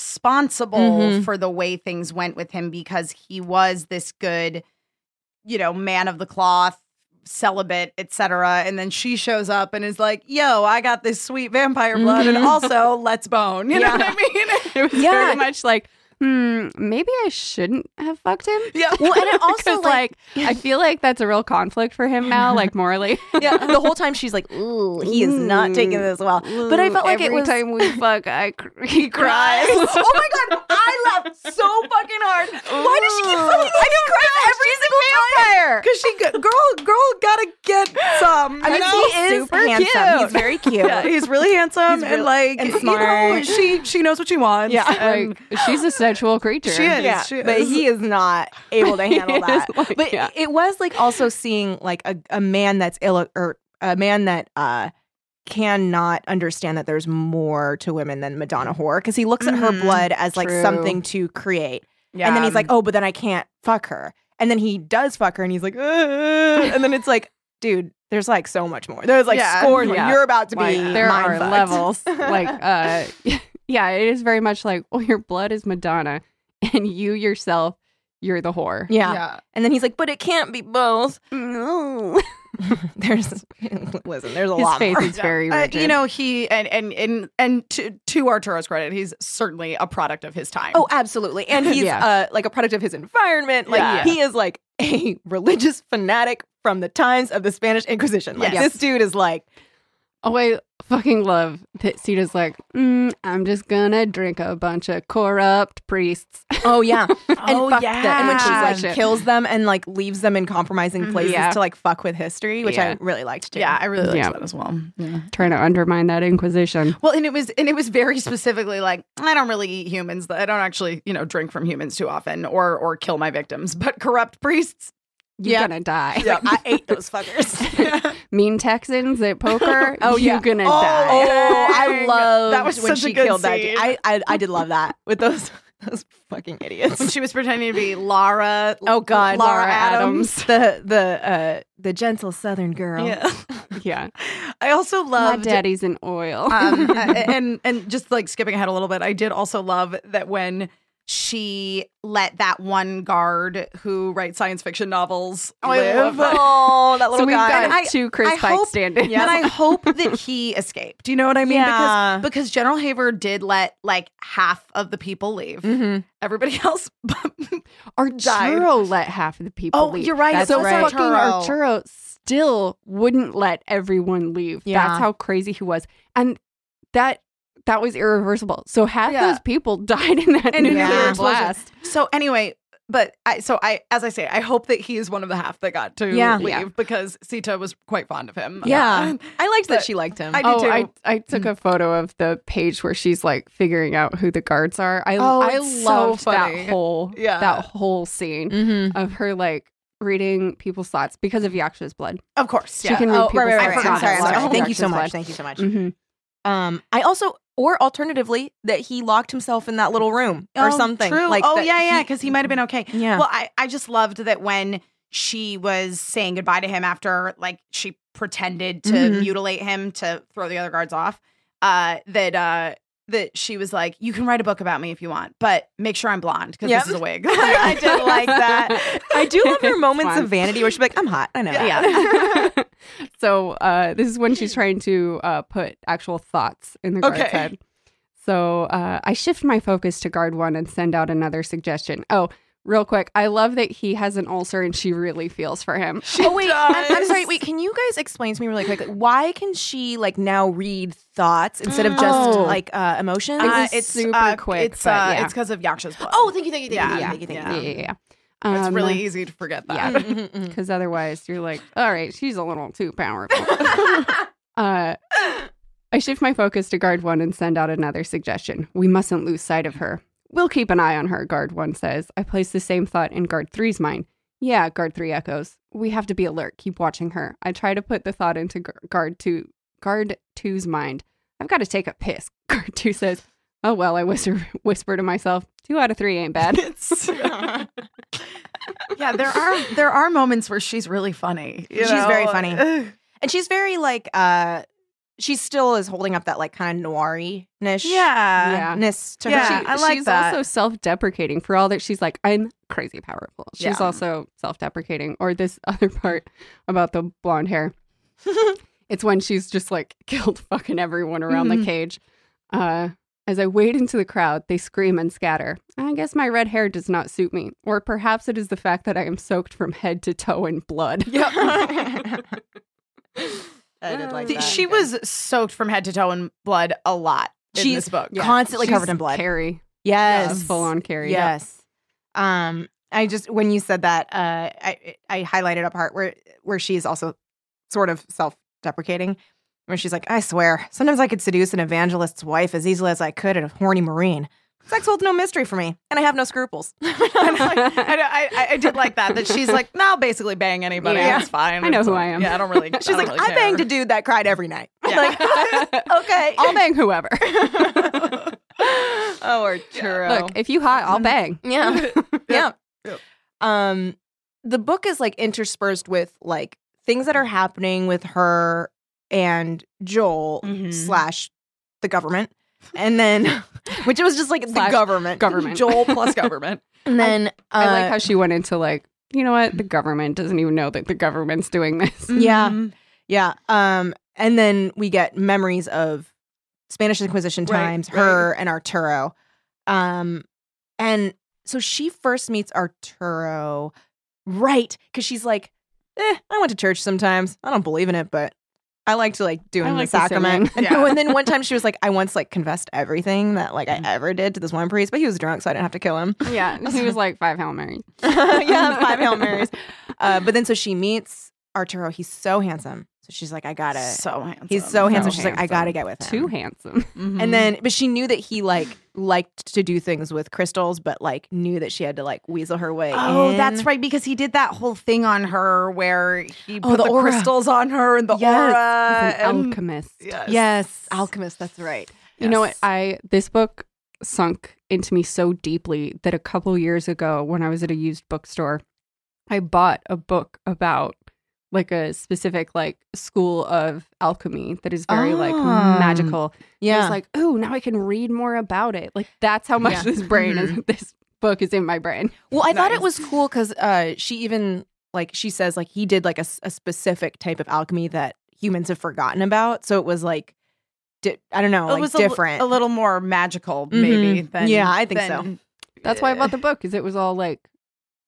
responsible Mhm. for the way things went with him because he was this good, you know, man of the cloth, celibate, etc. And then she shows up and is like, "Yo, I got this sweet vampire blood, Mhm. and also let's bone." You know Yeah. what I mean? It was Yeah. very much like, hmm, maybe I shouldn't have fucked him. yeah. Well, and it also 'Cause, like, I feel like that's a real conflict for him now, like morally. yeah, the whole time she's like, "Ooh, he is not taking this well." But I felt like it Every was time we fuck, I cr- he cries. oh my god, I laughed so fucking hard. Why does she keep fucking? I can cry every single vampire. Cause she go- girl, girl, gotta get some. I you mean, know? he is Super handsome. cute. He's very cute. Yeah, he's really handsome and like and you know, smart. she she knows what she wants. Yeah. and like, she's a sexual creature. she is. Yeah, she but is. he is not able to handle is that. like- but yeah. it was like also seeing like a, a man that's ill or a man that uh cannot understand that there's more to women than Madonna whore because he looks at her Mhm. blood as like True. something to create, yeah. and then he's like, oh, but then I can't fuck her, and then he does fuck her, and he's like, "Uh," and then it's like, dude, there's like so much more. There's like Yeah. scores. Yeah. More. You're about to be Like, there mind are fucked. levels like uh yeah it is very much like oh your blood is madonna and you yourself you're the whore Yeah. Mm, yeah. and then he's like, but it can't be both. no there's listen, there's a his lot face more. is very Uh, rigid. you know he and and and and to to Arturo's credit, he's certainly a product of his time. Oh, absolutely. And he's Yeah. uh, like a product of his environment. Like Yeah. he is like a religious fanatic from the times of the Spanish Inquisition. Like Yes. this dude is like Oh, I fucking love that Sita's like, mm, I'm just gonna drink a bunch of corrupt priests. Oh yeah, and Oh, fuck yeah. them. And when she like Shit. kills them and like leaves them in compromising Mhm. places Yeah. to like fuck with history, which I Yeah. really liked too. Yeah, I really liked Yeah. that as well. Yeah. Trying to undermine that Inquisition. Well, and it was and it was very specifically like I don't really eat humans. I don't actually you know drink from humans too often or or kill my victims. But corrupt priests, You're Yeah. gonna die. Like, I ate those fuckers. Mean Texans at poker. Oh, you're yeah. gonna Oh, die. Oh, I Dang. love That was when such a she good killed that. scene. dude. I, I I did love that with those those fucking idiots. when she was pretending to be Lara. oh God, Laura, Adams. the the uh the gentle Southern girl. Yeah, Yeah, I also my loved. daddy's in oil. um, and and just like skipping ahead a little bit, I did also love that when she let that one guard who writes science fiction novels live. Oh, that so we've And I- got two Chris I Pike hope- standing. And I hope that he escaped. Do you know what I mean? Yeah. Because because General Haver did let like half of the people leave. hmm Everybody else. Arturo let half of the people Oh, leave. you're right. That's so right. fucking Arturo. still wouldn't let everyone leave. Yeah. That's how crazy he was. And that that was irreversible. So half Yeah. those people died in that In a nuclear nuclear explosion. blast. so anyway, but I so I as I say, I hope that he is one of the half that got to Yeah. leave Yeah. because Sita was quite fond of him. Yeah. Uh, I liked that But she liked him. I do Oh, too. I, I took a photo of the page where she's like figuring out who the guards are. I Oh, I it's so loved funny. that whole Yeah. that whole scene mm-hmm. of her like reading people's thoughts because of Yaksha's blood. of course. She yeah. can read Oh, right, people's right, right. right. I thoughts. I'm forgot sorry. I'm that. sorry. Oh, Thank you so Yaksha's much. blood. Thank you so much. Mhm. Um, I also, or alternatively, that he locked himself in that little room or Oh, something. True. Like, oh that yeah, yeah, he- because he might have been okay. yeah. Well, I, I just loved that when she was saying goodbye to him after like she pretended to Mhm. mutilate him to throw the other guards off, uh, that uh that she was like, You can write a book about me if you want, but make sure I'm blonde because Yep. this is a wig. I did like that. I do love her It's moments fun. of vanity where she's like, "I'm hot. I know." Yeah. so uh, this is when she's trying to uh, put actual thoughts in the guard's Okay. head. So uh, I shift my focus to guard one and send out another suggestion. Oh, real quick, I love that he has an ulcer and she really feels for him. Oh wait, I'm, I'm does. sorry. Wait, can you guys explain to me really quick? Like, why can she like now read thoughts instead of just Oh. like uh, emotions? It was Uh, super quick, It's but uh, yeah. it's because of Yaksha's blood. oh, thank you, thank you, thank Yeah, you, thank you, thank you. yeah. yeah, yeah. it's Um, really easy to forget that. yeah. Mhm, mhm. because otherwise you're like, all right, she's a little too powerful. uh, I shift my focus to guard one and send out another suggestion. We mustn't lose sight of her. We'll keep an eye on her, guard one says. I place the same thought in guard three's mind. Yeah, guard three echoes. We have to be alert. Keep watching her. I try to put the thought into gu- guard two, guard two's mind. I've got to take a piss. Guard two says, Oh, well, I whisper, whisper to myself, two out of three ain't bad. yeah, there are there are moments where she's really funny. you She's very know? funny. And she's very like, uh, she still is holding up that like kind of noiry nish. yeah. Yeah. ness to Yeah, her. I like she's that. also self-deprecating for all that she's like i'm crazy powerful she's Yeah. also self-deprecating or this other part about the blonde hair it's when she's just like killed fucking everyone around Mhm. the cage uh as I wade into the crowd, they scream and scatter. I guess my red hair does not suit me, or perhaps it is the fact that I am soaked from head to toe in blood. Yep. I did like Th- that. She was soaked from head to toe in blood a lot in She's this book. Yeah. Constantly covered in blood. Carrie, yes, full on Carrie. Yes. Um, I just when you said that, uh, I I highlighted a part where where she's also sort of self deprecating, where she's like, "I swear, sometimes I could seduce an evangelist's wife as easily as I could a horny marine. Sex holds no mystery for me, and I have no scruples." And I, I, I, I did like that that she's like, no, I'll basically bang anybody. Yeah. It's fine. I know It's who like- I am. Yeah, I don't really. She's like, "I banged a dude that cried every night." Like, okay, I'll bang whoever. oh, Arturo. Look, if you hot, I'll bang. Yeah. yeah. Yep. Um the book is like interspersed with like things that are happening with her and Joel Mm-hmm. Mhm. slash the government. And then which it was just like Slash the government. government. Joel plus plus government. and then I like uh, Mm-hmm. how she went into like, you know what? The government doesn't even know that the government's doing this. Yeah. Mm-hmm. Yeah. Um and then we get memories of Spanish Inquisition Right, times, her and Arturo. Um and so she first meets Arturo right cuz she's like, "Eh, I went to church sometimes. I don't believe in it, but I liked like doing like the the singing. sacrament. And, Yeah. Mm. and then one time she was like, I once like confessed everything that like I ever did to this one priest, but he was drunk, so I didn't have to kill him. Yeah, he was like five Hail Marys. yeah, five Hail Marys. Uh, but then so she meets Arturo. He's so handsome. So she's like, I gotta. so handsome. Mm-hmm. he's so Mm-hmm. handsome. She's like, I handsome. gotta get with him. Too handsome. And then, but she knew that he like liked to do things with crystals, but like knew that she had to like weasel her way. Oh, that's in. right. Because he did that whole thing on her where he put Oh, the the, aura. crystals on her and the Yes. He's aura. an and- alchemist. Yes. Yes, alchemist. That's right. You know what? I this book sunk into me so deeply that a couple years ago, when I was at a used bookstore, I bought a book about like a specific like school of alchemy that is very like Ah. magical. I Yeah, was like, oh, now I can read more about it. Like that's how much Yeah. this brain Mm-hmm. is. This book is in my brain. Well, I thought it was Nice. cool because uh, she even like she says like he did like a, s- a specific type of alchemy that humans have forgotten about. So it was like di- I don't know, it like was a li- different. Mm-hmm. A, little more magical, maybe. Than, Yeah, I think than- That's why I bought the book because it was all like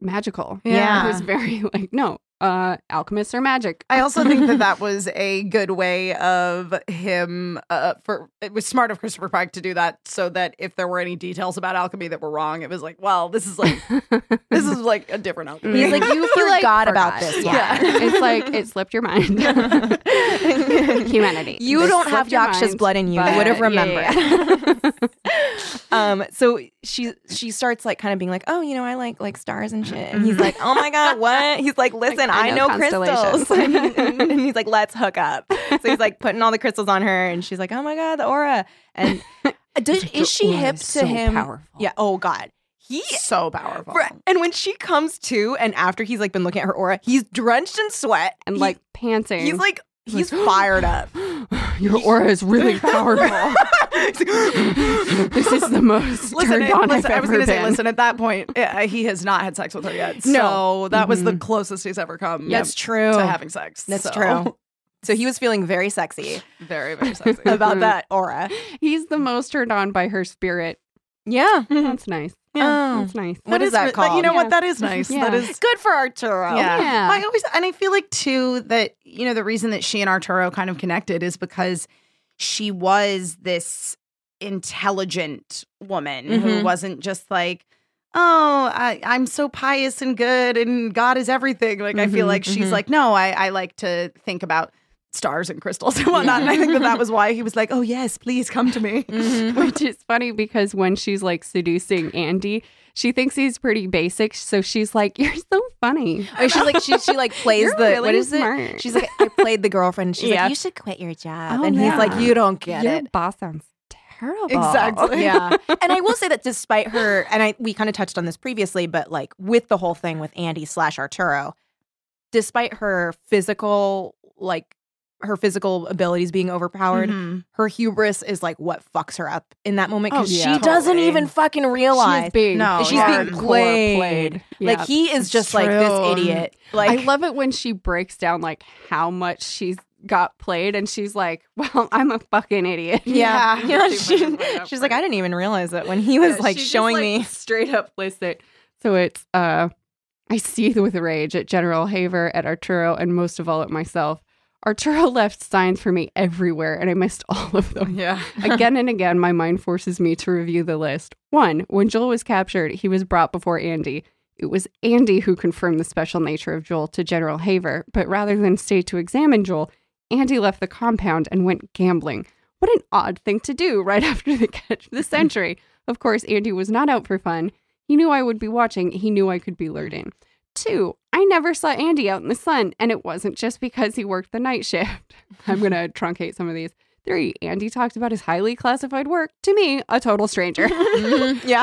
magical. Yeah. it was very like no, uh, alchemists are magic. I also think that that was a good way of him. Uh, for it was smart of Christopher Pike to do that, so that if there were any details about alchemy that were wrong, it was like, well, this is like this is like a different alchemy. He's like you forgot, about forgot." this. Yeah. Yeah. it's like it slipped your mind. Humanity. You This don't have slipped your Yaksha's mind, blood in you. but- You would have Yeah, remembered. yeah, um, so she she starts like kind of being like, oh, you know, I like like stars and shit. And he's like, oh my god, what? He's like, listen, I, I know, know crystals. and, constellations. and he's like, let's hook up. So he's like putting all the crystals on her, and she's like, oh my god, the aura. And does, is she aura hip is to so him? powerful. Yeah. Oh god. He so powerful. Right. And when she comes to, and after he's like been looking at her aura, he's drenched in sweat And He- like panting. he's like he's fired up. your aura is really powerful. He's like, this is the most Listen, turned on listen I've I ever was going to say, been. listen, at that point, uh, he has not had sex with her yet. No. So that was the closest he's ever come That's true. to having sex. That's So, true. So he was feeling very sexy Very, very sexy. about that aura. He's the most turned on by her spirit. Yeah. That's nice. Yeah. That's nice. What is that You know called? Yeah. what? That is nice. That Yeah. is. Good for Arturo. Yeah. Yeah. I always, and I feel like too that, you know, the reason that she and Arturo kind of connected is because she was this intelligent woman Mhm. who wasn't just like, oh, I, I'm so pious and good and God is everything. Like, I feel Mhm, like she's mhm. like, no, I, I like to think about stars and crystals and whatnot. And I think that that was why he was like, oh, yes, please come to me. Mm-hmm. Which is funny because when she's like seducing Andy, she thinks he's pretty basic. So she's like, You're so funny. Or Oh, she's like she she like plays You're the what really is it? smart. She's like I played the girlfriend. She's Yeah. like you should quit your job, Oh, and he's yeah. like you don't get Your it. boss sounds terrible. Exactly. yeah. And I will say that despite her, and I we kind of touched on this previously, but like with the whole thing with Andy slash Arturo, despite her physical like her physical abilities being overpowered, Mhm. her hubris is like what fucks her up in that moment because Mm-hmm. Oh, yeah. she doesn't Totally. even fucking realize She is being No, she's yeah. being Hardcore played. Yeah. Like he is It's just like this true. idiot. Like I love it when she breaks down like how much she's got played and she's like, Well, I'm a fucking idiot. yeah, Yeah, Yeah. she- she's like I didn't even realize it when he was Yeah, like she just, showing like, me. straight up lists it. So it's uh I seethe with rage at General Haver, at Arturo, and most of all at myself. Arturo left signs for me everywhere and I missed all of them. Yeah. again and again, my mind forces me to review the list. One, when Joel was captured, he was brought before Andy. It was Andy who confirmed the special nature of Joel to General Haver, but rather than stay to examine Joel, Andy left the compound and went gambling. What an odd thing to do right after the catch of the century. Of course, Andy was not out for fun. He knew I would be watching, he knew I could be lured in. Two, I never saw Andy out in the sun, and it wasn't just because he worked the night shift. I'm going to truncate some of these. Three, Andy talked about his highly classified work to me, a total stranger. Yeah,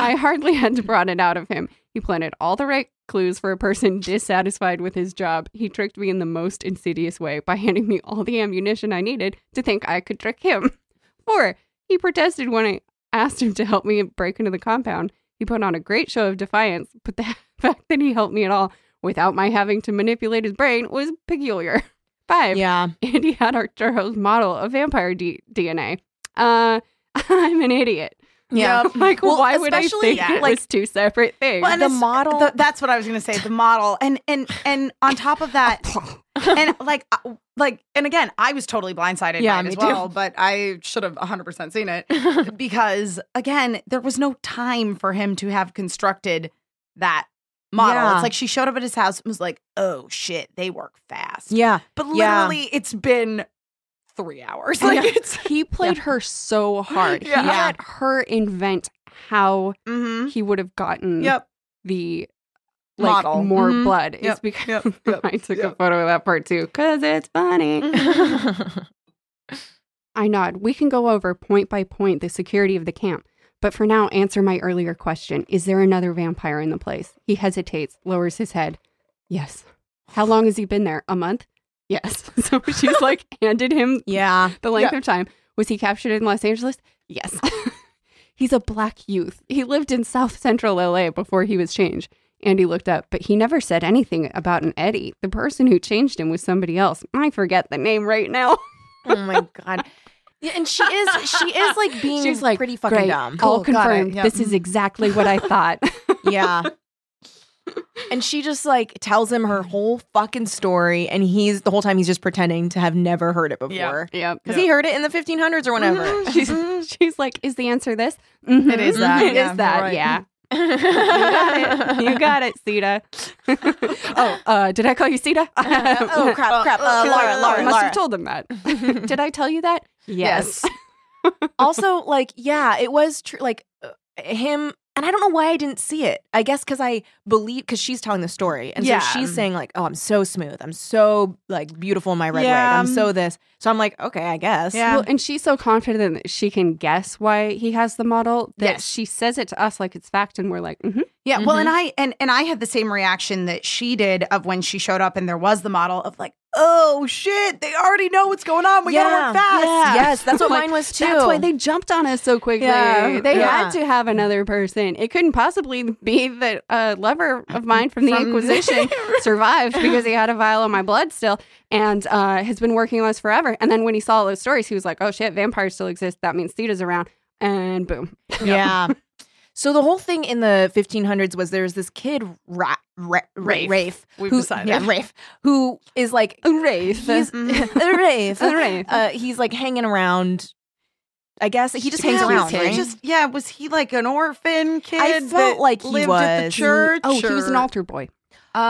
I hardly had to prod it out of him. He planted all the right clues for a person dissatisfied with his job. He tricked me in the most insidious way by handing me all the ammunition I needed to think I could trick him. Four, he protested when I asked him to help me break into the compound. He put on a great show of defiance, but the fact that he helped me at all without my having to manipulate his brain was peculiar. Five, yeah. Andy had Arturo's model of vampire D- DNA. Uh, I'm an idiot. Yeah. Like, Well, why would I especially, think yeah, it like- was two separate things? Well, and The it's- model- that's what I was going to say. The model, and and and on top of that, and like, uh, like, and again, I was totally blindsided Yeah, by it me as too. well, but I should have 100% seen it because, again, there was no time for him to have constructed that model. Yeah. It's like she showed up at his house and was like, oh shit, they work fast. Yeah. But Yeah. literally, it's been three hours. Like, Yeah. it's. he played her so hard. Yeah. He let her invent how Mm-hmm. he would have gotten Yep. the like, Model. more Mhm. blood. It's Yep. because Yep. Yep. I took a Yep. photo of that part too because it's funny. I nod. We can go over point by point the security of the camp. But for now, answer my earlier question Is there another vampire in the place? He hesitates, lowers his head. Yes. How long has he been there? A month? Yes. So she's like handed him yeah. the length of time. Was he captured in Los Angeles? Yes. He's a black youth. He lived in South Central LA before he was changed. Andy looked up, but he never said anything about an Eddie. The person who changed him was somebody else. I forget the name right now. Oh my god. Yeah, and she is she is like being She's like pretty fucking Great. dumb. All Cool, got it. confirmed. Yep. This is exactly what I thought. Oh, Yeah. and she just like tells him her whole fucking story and he's the whole time he's just pretending to have never heard it Yeah. before. yep. Because he heard it in the 1500s or whenever. Mhm. she's, she's like, is the answer this? Mhm. Mm-hmm. It is that. It is Yeah, you're that. right. Yeah. got it. You got it, Sita. oh, uh, did I call you Sita? oh crap, crap. Uh, Laura, I Laura, must Laura. have told them that. did I tell you that? Yes. also like yeah it was true like uh, him and i don't know why i didn't see it i guess because i believe because she's telling the story and Yeah. um so she's saying like oh i'm so smooth i'm so like beautiful in my red Yeah. um way i'm so this so i'm like okay i guess Yeah. Well, and she's so confident that she can guess why he has the model that Yes. she says it to us like it's fact, and we're like, mm-hmm. Yeah, well, and I and and I had the same reaction that she did of when she showed up and there was the model of like, oh shit, they already know what's going on. We gotta Yeah. work fast. Yeah. Yes, that's what mine was That's too. why they jumped on us so quickly. Yeah. They Yeah. had to have another person. It couldn't possibly be that a lover of mine from the From- Inquisition survived because he had a vial of my blood still and uh, has been working on us forever. And then when he saw all those stories, he was like, oh shit, vampires still exist. That means Theta's around. And boom. yeah so the whole thing in the 1500s was there's this kid Ra- Ra- Ra- Rafe. rafe We've who, decided. yeah rafe who is like Wraith. he's Mm-hmm. rafe Wraith. uh, he's like hanging around i guess he just hangs Yeah, around was he right? just- yeah, was he like an orphan kid? I felt that like he lived at the was. church. Oh, he was an or- altar boy.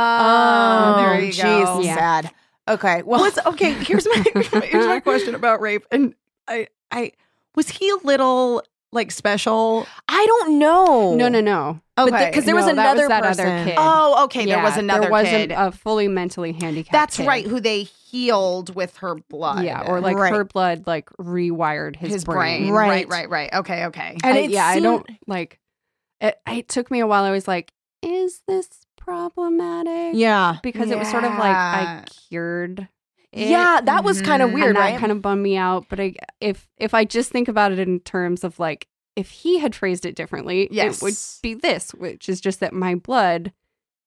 Oh, there you go. Jeez, Yeah. sad. Okay, well, What's okay? Here's my here's my question about rape. And I I was he a little like special? I don't know. No, no, no. Okay, because there was No, that was another that other person. kid. oh, okay, there was Yeah, another there was kid. A, a fully mentally handicapped. That's kid. right, who they healed with her blood. Yeah, or like Right. her blood like rewired his, his, brain. Right. Right. right, right, Okay, okay. and I- it yeah, seemed- I don't like. It, it took me a while. I was like, "Is this problematic?" Yeah, because it was sort of like I Yeah. cured. It, yeah, that was kind of Mhm. weird, and that right? kind of bummed me out. But I, if if I just think about it in terms of like, if he had phrased it differently, it would Yes. be this, which is just that my blood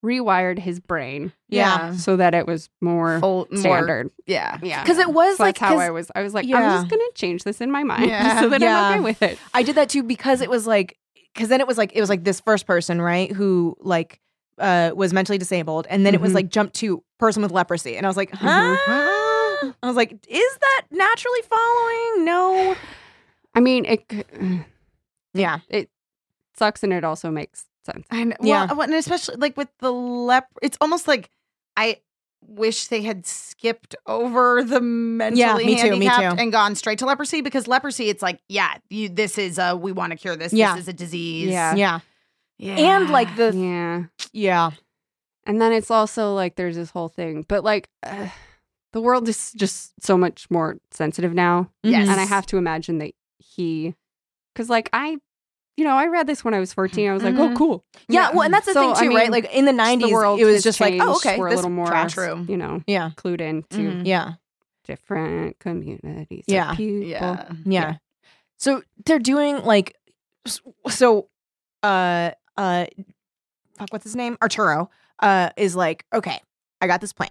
rewired his brain yeah. so that it was more Full- more- standard. yeah. Yeah, because it was So like that's how 'cause I was. I was like, I'm yeah. just gonna change this in my mind Yeah. so that Yeah. I'm okay with it. I did that too because it was like because then it was like it was like this first person right who like uh was mentally disabled and then it was Mhm. like jumped to person with leprosy and I was like huh Mhm. I was like is that naturally following no I mean, it c- mm, yeah sucks and it also makes sense. And well, Yeah. well, and especially like with the lep, it's almost like I wish they had skipped over the mentally Yeah, me too, me handicapped too. and gone straight to leprosy because leprosy, it's like, yeah, you, this is a we want to cure this. Yeah. This is a disease. Yeah. yeah Yeah. and like the Yeah, yeah and then it's also like there's this whole thing, but like uh, the world is just so much more sensitive now, Yes. Mm-hmm. and I have to imagine that he, because like I, you know, I read this when I was 14. I was like, oh, Mhm. cool. Yeah, well, and that's the So, thing too, I right? mean, Like in the just '90s, the world it was has just like, oh, changed. okay, we're a this- little more, true. you know, yeah, clued into Mhm. yeah, different communities. of Yeah. people. yeah. yeah. So they're doing like, s- so, uh, uh, fuck, what's his name? Arturo, uh, is like, okay, I got this plan.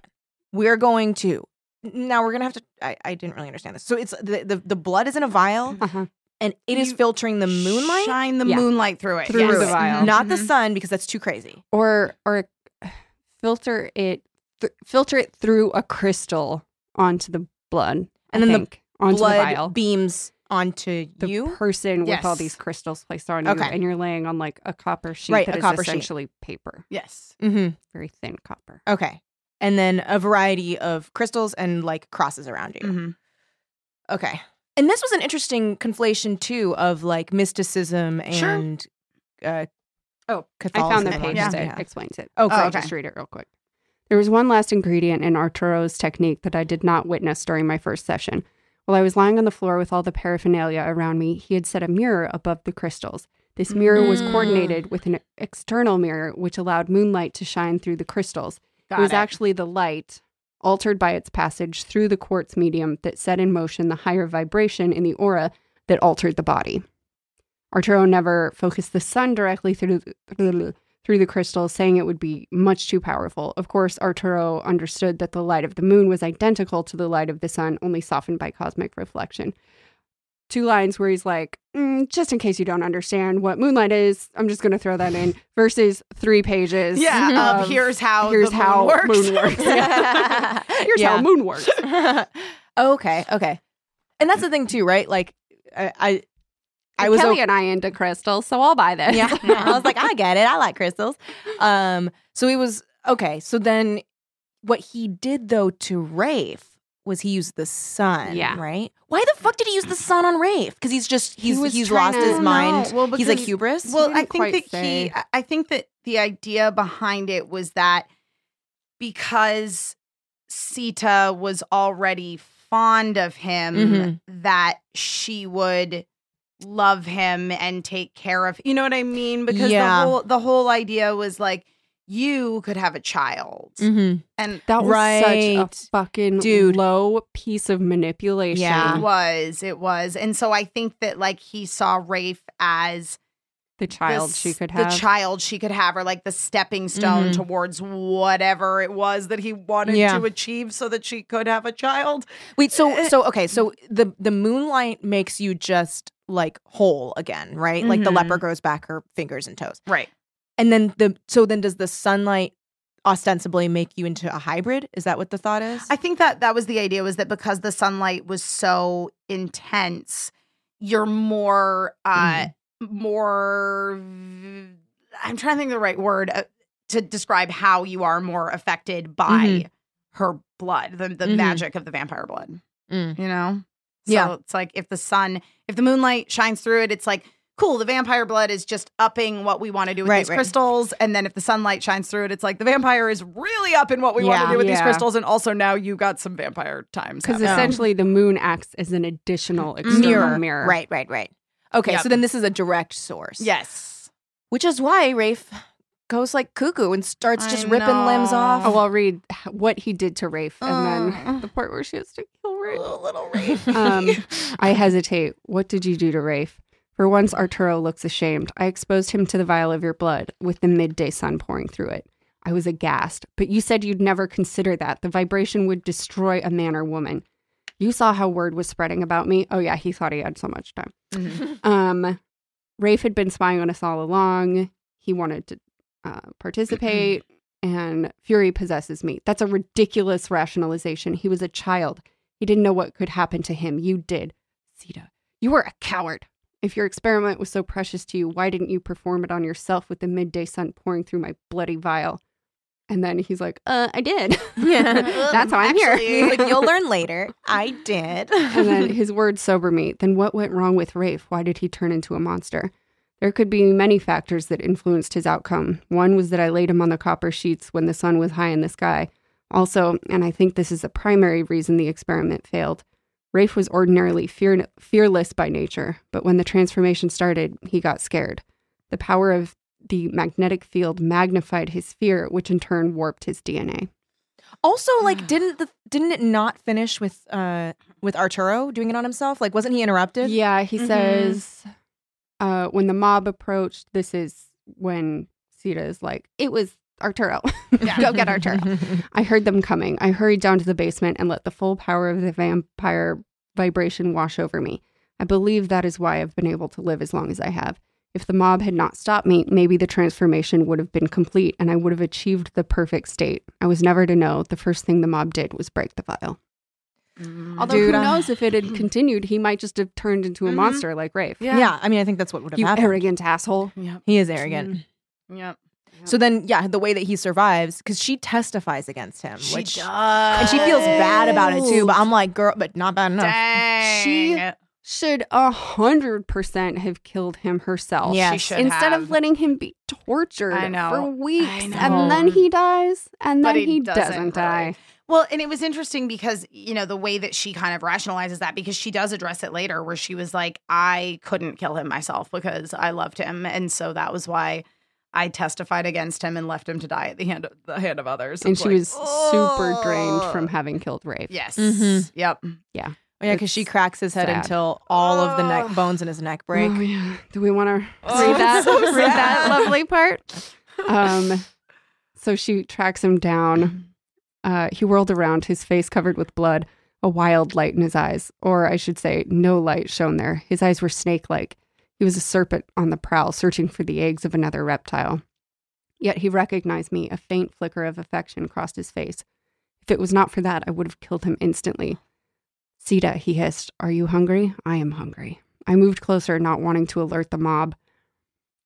We're going to now we're gonna have to. I, I didn't really understand this. So it's the the, the blood is in a vial Uh-huh. and it is You filtering the moonlight, Shine the Yeah. moonlight through it. Through yes. Mm-hmm. the vial. not the Mhm. sun because that's too crazy. or or filter it th- filter it through a crystal onto the blood, And I then the think, onto the blood vial. beams onto the you. person with all Yes. these crystals placed on you, Okay. and you're laying on like a copper sheet Right, that a is copper sheet. essentially paper, Yes. mm-hmm. very thin copper. Okay. And then a variety of crystals and like crosses around you. Mhm. Okay. And this was an interesting conflation too of like mysticism Sure. and uh Oh, I found Catholicism the on page his that behalf. explains it. Oh, great. I'll just read it real quick. There was one last ingredient in Arturo's technique that I did not witness during my first session. While I was lying on the floor with all the paraphernalia around me, he had set a mirror above the crystals. This mirror was Mm. coordinated with an external mirror, which allowed moonlight to shine through the crystals. Got it was actually the light, altered by its passage through the quartz medium, that set in motion the higher vibration in the aura that altered the body. Arturo never focused the sun directly through the, through the crystal, saying it would be much too powerful. Of course, Arturo understood that the light of the moon was identical to the light of the sun, only softened by cosmic reflection. Two lines where he's like, "Mm, just in case you don't understand what moonlight is, I'm just going to throw that in, versus three pages. Yeah, of of here's how here's the moon how works. moon works. here's how Yeah. moon works. okay, okay. And that's the thing too, right? Like I I, I was Kelly o- and I into crystals, so I'll buy this. yeah. I was like, I get it. I like crystals. Um so he was okay, so then what he did though to Rafe was he used the sun, Yeah. right? Why the fuck did he use the sun on Rafe? Cuz he's just He he's was he's trying lost to- I his don't mind. Well, He's like hubris. Well, He I didn't think that quite he. say. I- I think that the idea behind it was that because Sita was already fond of him, Mhm. that she would love him and take care of. You know what I mean? Because Yeah. the whole the whole idea was like you could have a child, Mhm. and That was Right. such a fucking Dude. low piece of manipulation. it Yeah. was it was, and so I think that like he saw Rafe as The child this- she could have. Mm-hmm. The child she could have, or like the stepping stone Mhm. towards whatever it was that he wanted Yeah. to achieve so that she could have a child. Wait, Eh, so so okay, so the the moonlight makes you just like whole again, right? Like the Mhm. leper grows back her fingers and toes. Right. And then the so then does the sunlight ostensibly make you into a hybrid? Is that what the thought is? I think that that was the idea was that because the sunlight was so intense, you're more, uh, Mm-hmm. more, I'm trying to think of the right word uh, to describe how you are more affected by Mhm. her blood, the, the Mhm. magic of the vampire blood. Mm. you know? So Yeah. it's like if the sun, if the moonlight shines through it, it's like, cool, the vampire blood is just upping what we want to do with Right, these right. crystals. And then if the sunlight shines through it, it's like the vampire is really up in what we want Yeah. to do with these Yeah. crystals. And also now you got some vampire times. Because happening. essentially the moon acts as an additional external Mm-hmm. mirror. mirror. Right, right, right. Okay, Yep. so then this is a direct source. Oh. yes. Which is why Rafe goes like cuckoo and starts I just ripping limbs off. Oh, I'll read h- what he did to Rafe and Oh. Uh. then the part where she has to kill Rafe. Little, little Rafe. Um, I hesitate. What did you do to Rafe? For once, Arturo looks ashamed. I exposed him to the vial of your blood with the midday sun pouring through it. I was aghast, but you said you'd never consider that. The vibration would destroy a man or woman. You saw how word was spreading about me. Oh, yeah, he thought he had so much time. Um, Rafe had been spying on us all along. He wanted to uh, participate, and fury possesses me. That's a ridiculous rationalization. He was a child. He didn't know what could happen to him. You did, Sita. You were a coward. If your experiment was so precious to you, why didn't you perform it on yourself with the midday sun pouring through my bloody vial? And then he's like, "Uh, I did. That's how I'm Actually, here." He's like, You'll learn later. I did. and then his words sober me. Then what went wrong with Rafe? Why did he turn into a monster? There could be many factors that influenced his outcome. One was that I laid him on the copper sheets when the sun was high in the sky. Also, and I think this is the primary reason the experiment failed, Rafe was ordinarily fear- fearless by nature, but when the transformation started, he got scared. The power of the magnetic field magnified his fear, which in turn warped his DNA. also, like, didn't the didn't it not finish with uh with Arturo doing it on himself? Like, wasn't he interrupted? Yeah, he Mhm. says uh, when the mob approached, this is when Sita is like, it was Arturo. Go get Arturo. I heard them coming. I hurried down to the basement and let the full power of the vampire vibration wash over me. I believe that is why I've been able to live as long as I have. if the mob had not stopped me, maybe the transformation would have been complete and I would have achieved the perfect state. I was never to know. The first thing the mob did was break the vial. Mm-hmm. Although Dude, who uh, knows if it had continued, he might just have turned into a Mhm. monster like Rafe. Yeah. I mean, I think that's what would have You happened. arrogant Mm, asshole. Yep. He is arrogant. Yep. So then, yeah, the way that he survives, because she testifies against him, She which does. and she feels bad about it too. But I'm like, girl, but not bad enough. Dang. She- She, Should a hundred percent have killed him herself. Yeah. should Instead have. of letting him be tortured I know. for I weeks know. and then he dies and But then he he, doesn't doesn't, really. die. Well, and it was interesting because, you know, the way that she kind of rationalizes that, because she does address it later, where she was like, I couldn't kill him myself because I loved him. And so that was why I testified against him and left him to die at the hand of, the hand of others. And It's she like, was super drained from Mm-hmm. "Ugh." having killed Rafe. Yes. Mhm. Yep. Oh, yeah, because she It's cracks his head sad. until all of the Ugh. neck bones in his neck break. Oh, yeah. Do we want to Oh, read that? so read that sad. lovely part. Um, so she tracks him down. Uh, he whirled around, his face covered with blood, a wild light in his eyes, or I should say, no light shone there. His eyes were snake-like. He was a serpent on the prowl, searching for the eggs of another reptile. Yet he recognized me. A faint flicker of affection crossed his face. If it was not for that, I would have killed him instantly. Sita, he hissed, are you hungry? I am hungry. I moved closer, not wanting to alert the mob.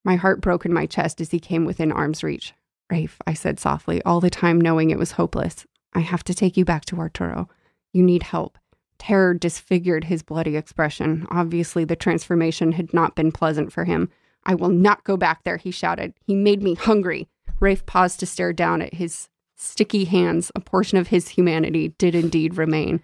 My heart broke in my chest as he came within arm's reach. Rafe, I said softly, all the time knowing it was hopeless. I have to take you back to Arturo. You need help. Terror disfigured his bloody expression. Obviously, the transformation had not been pleasant for him. I will not go back there, he shouted. He made me hungry. Rafe paused to stare down at his sticky hands. A portion of his humanity did indeed remain.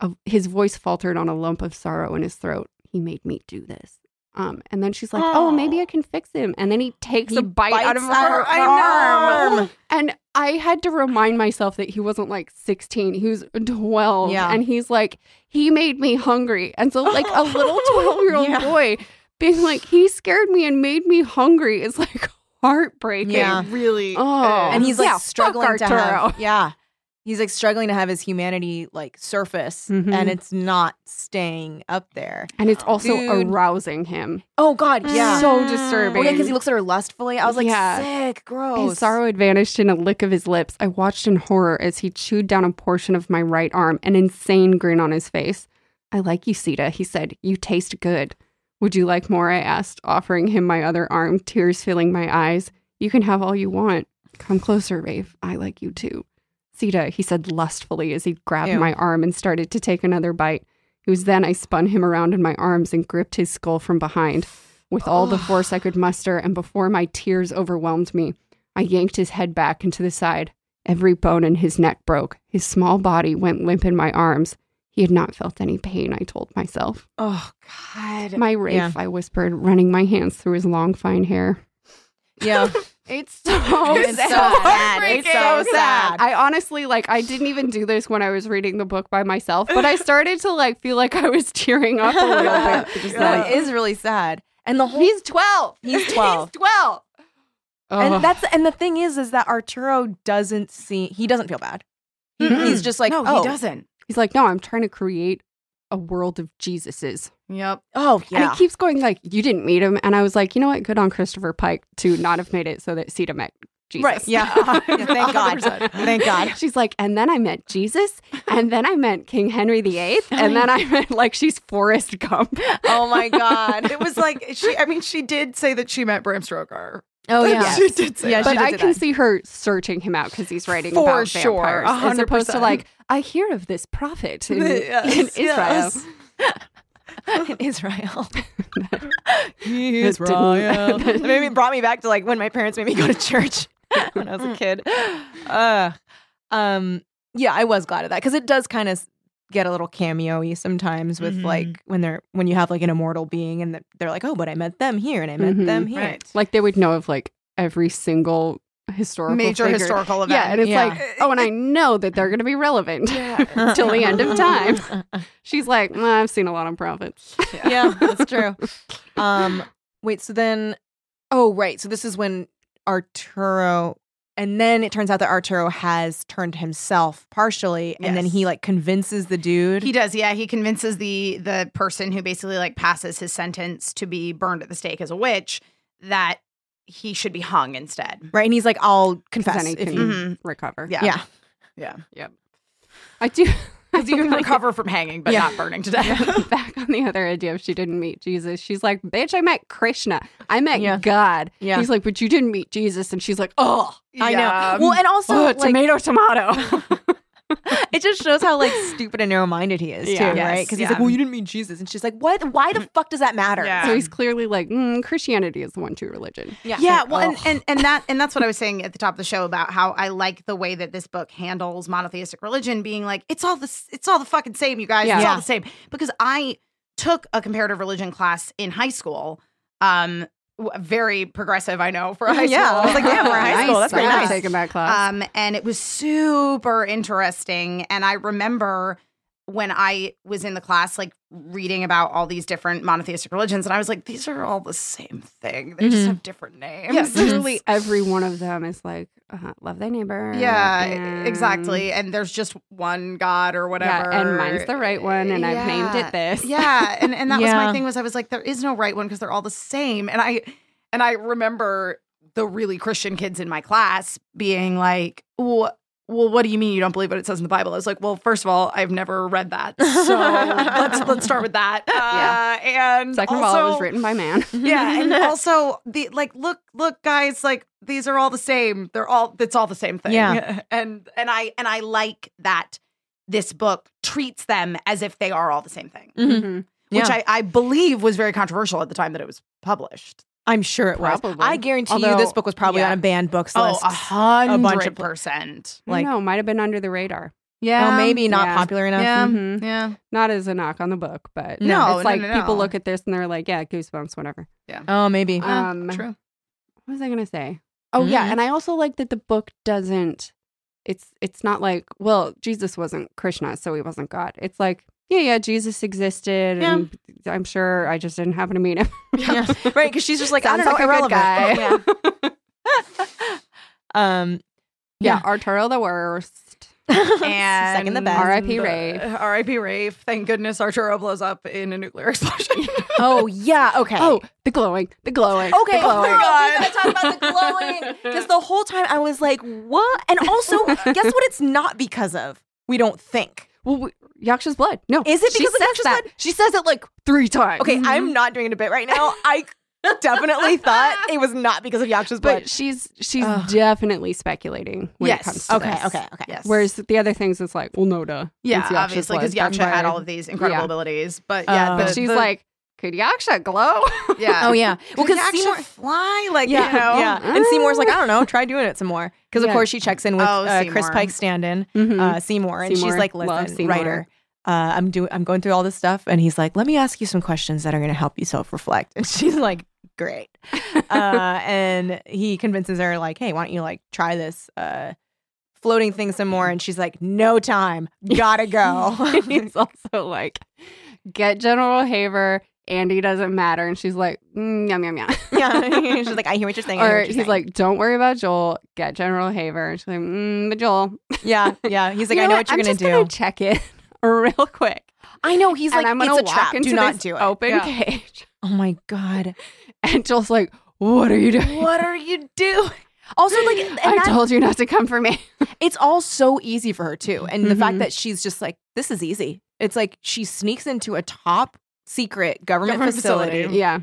A- His voice faltered on a lump of sorrow in his throat. He made me do this. Um, and then she's like, oh. maybe I can fix him." And then he takes He a bite out of bites her, out her arm. arm. And I had to remind myself that he wasn't like 16; he was 12. Yeah. And he's like, "He made me hungry." And so, like a little 12-year-old Yeah. boy being like, "He scared me and made me hungry" is like heartbreaking. Yeah. really. Oh. is. And he's like Yeah, fuck struggling to have, Arturo. yeah, he's like struggling to have his humanity like surface, Mhm. and it's not staying up there. And it's also Dude. arousing him. Oh God, yeah. So disturbing. Oh, yeah, because he looks at her lustfully. I was like, Yeah. sick, gross. His sorrow had vanished in a lick of his lips. I watched in horror as he chewed down a portion of my right arm, an insane grin on his face. I like you, Sita, he said. You taste good. Would you like more? I asked, offering him my other arm, tears filling my eyes. You can have all you want. Come closer, Rafe. I like you too. Sita, he said lustfully as he grabbed Ew. my arm and started to take another bite. It was then I spun him around in my arms and gripped his skull from behind with all the force I could muster, and before my tears overwhelmed me, I yanked his head back and to the side. Every bone in his neck broke. His small body went limp in my arms. He had not felt any pain, I told myself. Oh, God. My Rafe, Yeah. I whispered, running my hands through his long, fine hair. Yeah, It's so it's so sad. sad. It's so sad. I honestly like I didn't even do this when I was reading the book by myself, but I started to like feel like I was tearing up a little bit. Just That like, is really sad. And the whole he's twelve. he's twelve. He's twelve. Ugh. And that's and the thing is, is that Arturo doesn't see he doesn't feel bad. He, he's just like, no, oh, he doesn't. He's like, no, I'm trying to create a world of Jesuses. Yep. oh yeah. And it keeps going like, you didn't meet him. And I was like, you know what? Good on Christopher Pike to not have made it so that Sita met Jesus. Right. Yeah. Yeah, Thank God. Thank God. She's like, and then I met Jesus, and then I met King Henry VIII, and then I met like she's Forrest Gump. Oh my God. It was like she. I mean, she did say that she met Bram Stoker. Oh yeah. she did say. Yeah, that. But did I do can that. see her searching him out because he's writing For about sure, vampires, as 100%. opposed to like, I hear of this prophet in, Yes, in Israel. yes. in Israel. He's It didn't- It made me- brought me back to like when my parents made me go to church when I was a kid. Uh, um, yeah, I was glad of that because it does kind of get a little cameo-y sometimes with Mm-hmm. Mhm. like when they're when you have like an immortal being and th- they're like, oh, but I met them here and I met Mhm. them here. Right. Like they would know of like every single historical Major figure. historical event. Yeah, and it's Yeah. like, oh, and I know that they're going to be relevant Yeah. till the end of time. She's like, "Well, I've seen a lot of prophets. yeah, that's true. Um, wait. So then, oh right. So this is when Arturo and then it turns out that Arturo has turned himself partially, and then Yes. he like convinces the dude. He does, yeah. He convinces the the person who basically like passes his sentence to be burned at the stake as a witch that he should be hung instead. Right, and he's like, "I'll Because confess." then he If can you, Mhm. recover. Yeah. yeah, Yeah. I do. Because you I do can like recover from hanging but not burning to death. it. Back on the other idea of she didn't meet Jesus, she's like, "Bitch, I met Krishna. I met Yeah. God." Yeah. He's like, "But you didn't meet Jesus," and she's like, "Oh, I Yeah. know. Well, and also oh, like, tomato, tomato." it just shows how like stupid and narrow-minded he is Yeah. too, Yes, right? Because he's yeah. Mm-hmm. like, "Well, you didn't mean Jesus," and she's like, "What? Why the fuck does that matter?" Yeah. so he's clearly like, mm, "Christianity is the one true religion." Yeah. yeah well well, and, and and that and that's what i was saying at the top of the show about how i like the way that this book handles monotheistic religion being like it's all this it's all the fucking same you guys it's Yeah. all the same because i took a comparative religion class in high school um w- very progressive i know for a high Yeah, school I was like, damn, for high school, that's pretty I'm not nice. Taking that class. um, and it was super interesting. And I remember when I was in the class, like reading about all these different monotheistic religions, and I was like, these are all the same thing. They Mm-hmm. just have different names. yeah, literally every one of them is like, uh, "Love thy neighbor." Yeah, e, and- exactly. And there's just one God or Yeah, whatever. and mine's the right one, and I've named Yeah. it this. Yeah, and and that was Yeah. my thing was I was like there is no right one because they're all the same. And I and I remember the really Christian kids in my class being like, "Well, well what do you mean you don't believe what it says in the Bible?" I was like, "Well, first of all, I've never read that, so let's let's start with that." Uh, and Second also, of all, it was written by man. Mm-hmm. yeah, and also the like look look guys like these are all the same. They're all it's all the same thing. Yeah. And and I and I like that this book treats them as if they are all the same thing. Mhm. Yeah. Which I, I believe was very controversial at the time that it was published. I'm sure it was. Probably. I guarantee you, Although- this book was probably yeah. on a banned books Oh, list. a bunch hundred of pla- percent. Like, like- no, might have been under the radar. Oh, Yeah. maybe not yeah. popular enough. Yeah. Mhm. Yeah. Not as a knock on the book, but No, Um, no, it's like no, no. people look at this and they're like, "Yeah, goosebumps, whatever." Oh, maybe. Yeah, um, True. What was I gonna say? Oh yeah, Mhm. and I also like that the book doesn't. It's it's not like well Jesus wasn't Krishna, so he wasn't God. It's like yeah, yeah, Jesus existed, and I'm sure I just didn't happen to meet him. Yeah. right, because she's just like, I Sounds don't know, like a good irrelevant. guy. Yeah. um, Yeah, Arturo the worst. And Second the best. R.I.P. Rafe. R.I.P. Rafe. Thank goodness Arturo blows up in a nuclear explosion. oh yeah, okay. Oh, the glowing, the glowing. Okay. the glowing. Oh my god. We gotta talk about the glowing because the whole time I was like, "What?" And also, guess what? It's not because of we don't think. Well, we, Yaksha's blood. No, Is it she because of says Yaksha's that. blood? She says it like three times. Mm, Okay, I'm not doing a debate right now. I definitely thought it was not because of Yaksha's blood. but she's she's definitely speculating when Yes. it comes to Okay, this. okay, okay. yes. Whereas the other things, it's like, well, no, duh. Yeah, It's Yaksha's obviously, because blood. Yaksha That's had why- all of these incredible Yeah. abilities. But yeah, Uh, the- But she's the- like, could Yaksha glow? yeah, Oh yeah. Well, because Well, because Seymour Seymour, fly like yeah, you know. yeah. And Seymour's like, I don't know, try doing it some more. Because of Yeah. course she checks in with Oh, uh, Chris Seymour. Pike's stand-in, Mhm. uh, Seymour, and Seymour. she's like, Love listen, Seymour. writer. Uh, I'm doing. I'm going through all this stuff, and he's like, "Let me ask you some questions that are going to help you self-reflect." And she's like, "Great." uh, and he convinces her, like, "Hey, why don't you like try this uh, floating thing some more?" And she's like, "No time. Gotta go." He's also like, get General Haver. Andy doesn't matter. And she's like, mm, yum, yum, yum. yeah, she's like, "I hear what you're saying." I hear or what you're he's saying." like, don't worry about Joel. Get General Haver. And she's like, mm, but Joel. "Yeah, yeah." He's like, you "I know what you're I'm gonna just do." gonna check it real quick. I know. He's and like, I'm gonna "It's a walk trap. into Do not this do it." open Yeah. cage. Oh my god. And Joel's like, what are you doing? what are you doing? Also, like, and I that- told you not to come for me. it's all so easy for her too, and the fact Mhm. that she's just like, this is easy. It's like she sneaks into a top secret government, Government facility. facility. Yeah.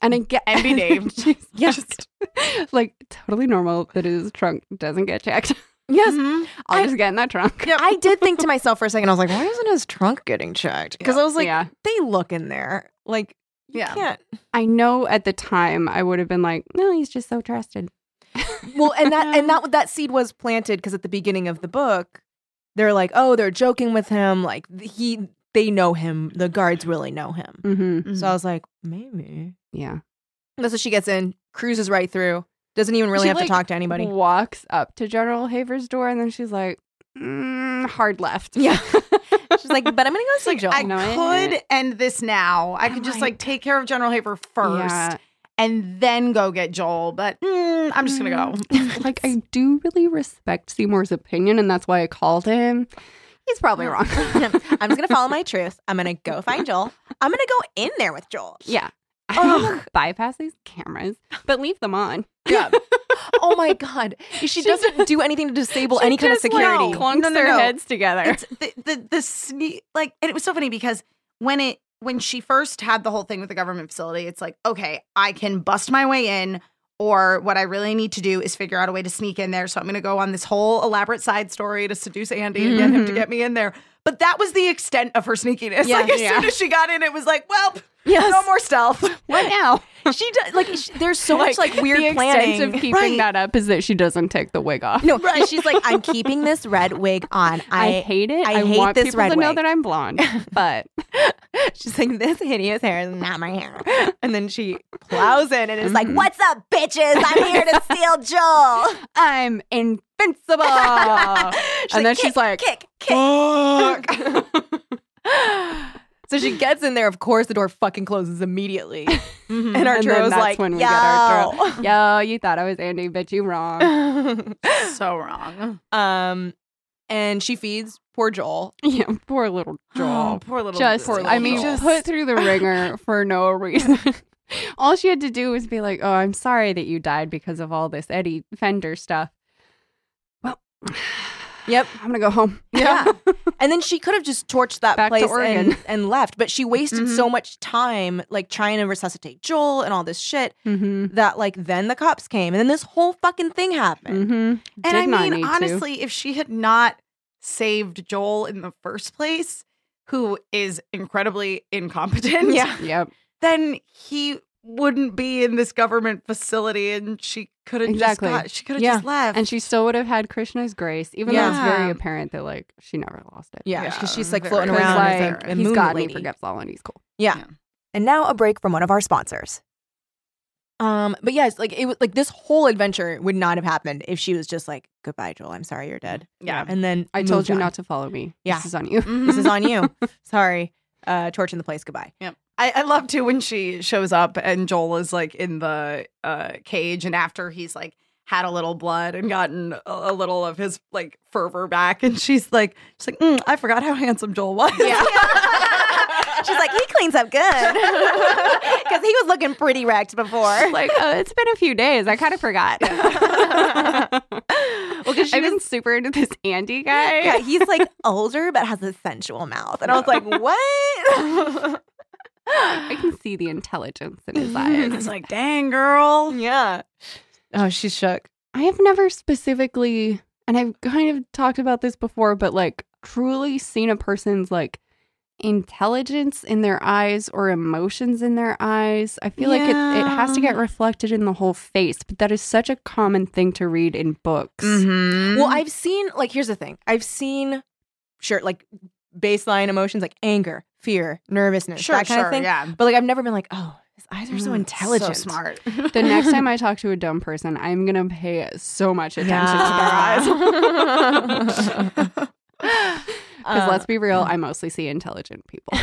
And again, And be named. she's Yeah. just like totally normal that his trunk doesn't get checked. Yes. I'll I- just get in that trunk. I did think to myself for a second, I was like, why isn't his trunk getting checked? Because I was like, yeah. they look in there. Like, you Yeah. can't. I know at the time I would have been like, no, he's just so trusted. Well, and that and that that seed was planted because at the beginning of the book, they're like, oh, they're joking with him. Like he, they know him. The guards really know him. Mm-hmm. So I was like, maybe. Yeah. That's what she gets in, cruises right through, doesn't even really She, have like, to talk to anybody. Walks up to General Haver's door and then she's like, mm, hard left. Yeah. She's like, but I'm gonna go see Joel. I know it. could end this now. I could Oh just my like take care of General Haver first, Yeah. and then go get Joel. But mm, I'm just going to Mm-hmm. go. like I do really respect Seymour's opinion, and that's why I called him. He's probably wrong. I'm just gonna follow my truth. I'm gonna go find Joel. I'm gonna go in there with Joel. Yeah. I will bypass these cameras, but leave them on. Yeah. oh my god. She doesn't do anything to disable She any kind of just, like, security. clunks No, no, their no. heads together. it's the the the sne- like and it was so funny because when it when she first had the whole thing with the government facility it's like okay i can bust my way in or what i really need to do is figure out a way to sneak in there so i'm going to go on this whole elaborate side story to seduce andy and get him to get me in there but that was the extent of her sneakiness Yeah, like as yeah. soon as she got in it was like well Yes. no more stealth what now? she does like sh there's so much like weird the planning. extent of keeping Right. that up is that she doesn't take the wig off. no, she's like, I'm keeping this red wig on. I, I, hate it. I, I, hate want this people red to know wig. that I'm blonde, but She's like, this hideous hair is not my hair. And then she plows in and is like, Mhm. what's up, bitches? I'm here to steal Joel. I'm invincible. and then she's like, kick, kick. so she gets in there. Of course, the door fucking closes immediately. Mm-hmm. And and then Arturo's that's like, when we Yo. get Arturo. Yo, you thought I was Andy, but you wrong. so wrong um, and she feeds poor Joel. Yeah, poor little Joel. poor little just, poor little I mean, Joel. put through the ringer for no reason. all she had to do was be like, "Oh, I'm sorry that you died because of all this Eddie Fender stuff." Well, Yep. I'm gonna go home. and then she could have just torched that Back to place and, Oregon. and left, but she wasted so much time like trying to resuscitate Joel and all this shit Mm-hmm. that like then the cops came and then this whole fucking thing happened. Mm-hmm. And Did I not mean, need to. honestly, if she had not saved Joel in the first place, who is incredibly incompetent, Yeah. Yep. then he wouldn't be in this government facility, and she could have Exactly. just got, she could have Yeah. just left. And she still would have had Krishna's grace, even though it's Yeah. very apparent that like she never lost it. Yeah, because she's like very floating Because, around like, as, a he's moon got me lady. for Gepsal and he's cool. Yeah. Yeah. And now a break from one of our sponsors. Um, but yes, like it was like this whole adventure would not have happened if she was just like, "Goodbye, Joel. I'm sorry you're dead." yeah. Mm-hmm. And then I told you not to follow me. Yeah. This is on you. This is on you. sorry. Uh, torch in the place. Goodbye. I, I love too when she shows up and Joel is like in the uh, cage, and after he's like had a little blood and gotten a, a little of his like fervor back, and she's like, she's like, "Mm, I forgot how handsome Joel was. Yeah. She's like, he cleans up good because he was looking pretty wrecked before. like, oh, it's been a few days. I kind of forgot. well, because she I've been super into this Andy guy. Yeah, he's like older but has a sensual mouth, and I was like, what? I can see the intelligence in his eyes. It's like, dang girl. yeah. Oh, she's shook. I have never specifically, and I've kind of talked about this before, but like truly seen a person's like intelligence in their eyes or emotions in their eyes. I feel like it, it has to get reflected in the whole face, but that is such a common thing to read in books. Mm-hmm. Well, I've seen like here's the thing. I've seen sure like baseline emotions like anger, fear, nervousness, sure, that kind sure, of thing. yeah. But like I've never been like, oh, his eyes are so Mm, intelligent, so smart. The next time I talk to a dumb person, I'm gonna pay so much attention to their eyes. Because let's be real, I mostly see intelligent people.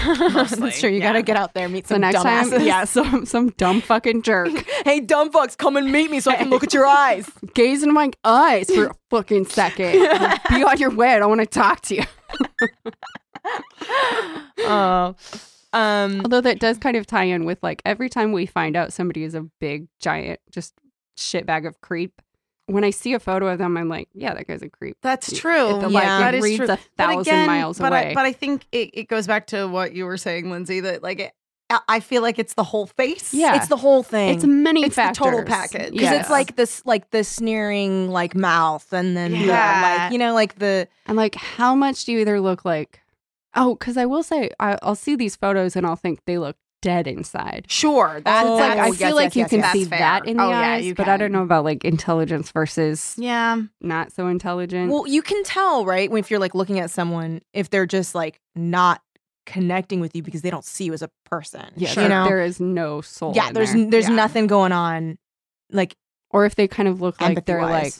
Mostly, That's true. You gotta yeah. get out there, meet So some next dumbasses. time, yeah, some some dumb fucking jerk. Hey, dumb fucks, come and meet me so I can look at your eyes. Gaze into my eyes for a fucking second. Be on your way. I don't want to talk to you. Oh, um, Although that does kind of tie in with like every time we find out somebody is a big giant just shitbag of creep. When I see a photo of them, I'm like, yeah, that guy's a creep. That's It- true. the Yeah. light that is reads true. a thousand miles but away. I, but I think it, it goes back to what you were saying, Lindsay. That like it, I- I feel like it's the whole face. Yeah. it's the whole thing. it's many It's the factors. total package. because Yes. it's like this, like the sneering, like mouth, and then the, Yeah. like you know, like the And like, how much do you either look like? Oh, because I will say, I, I'll see these photos and I'll think they look dead inside. Sure. That's Oh, It's like I yes, feel yes, like you yes, can yes. see That's fair. that in the Oh, yeah, eyes, you but I don't can. know about like intelligence versus yeah. not so intelligent. Well, you can tell, right? If you're like looking at someone, if they're just like not connecting with you because they don't see you as a person. yeah, You there- know? there is no soul. yeah, in there's there. there's Yeah. nothing going on. Like or if they kind of look like they're like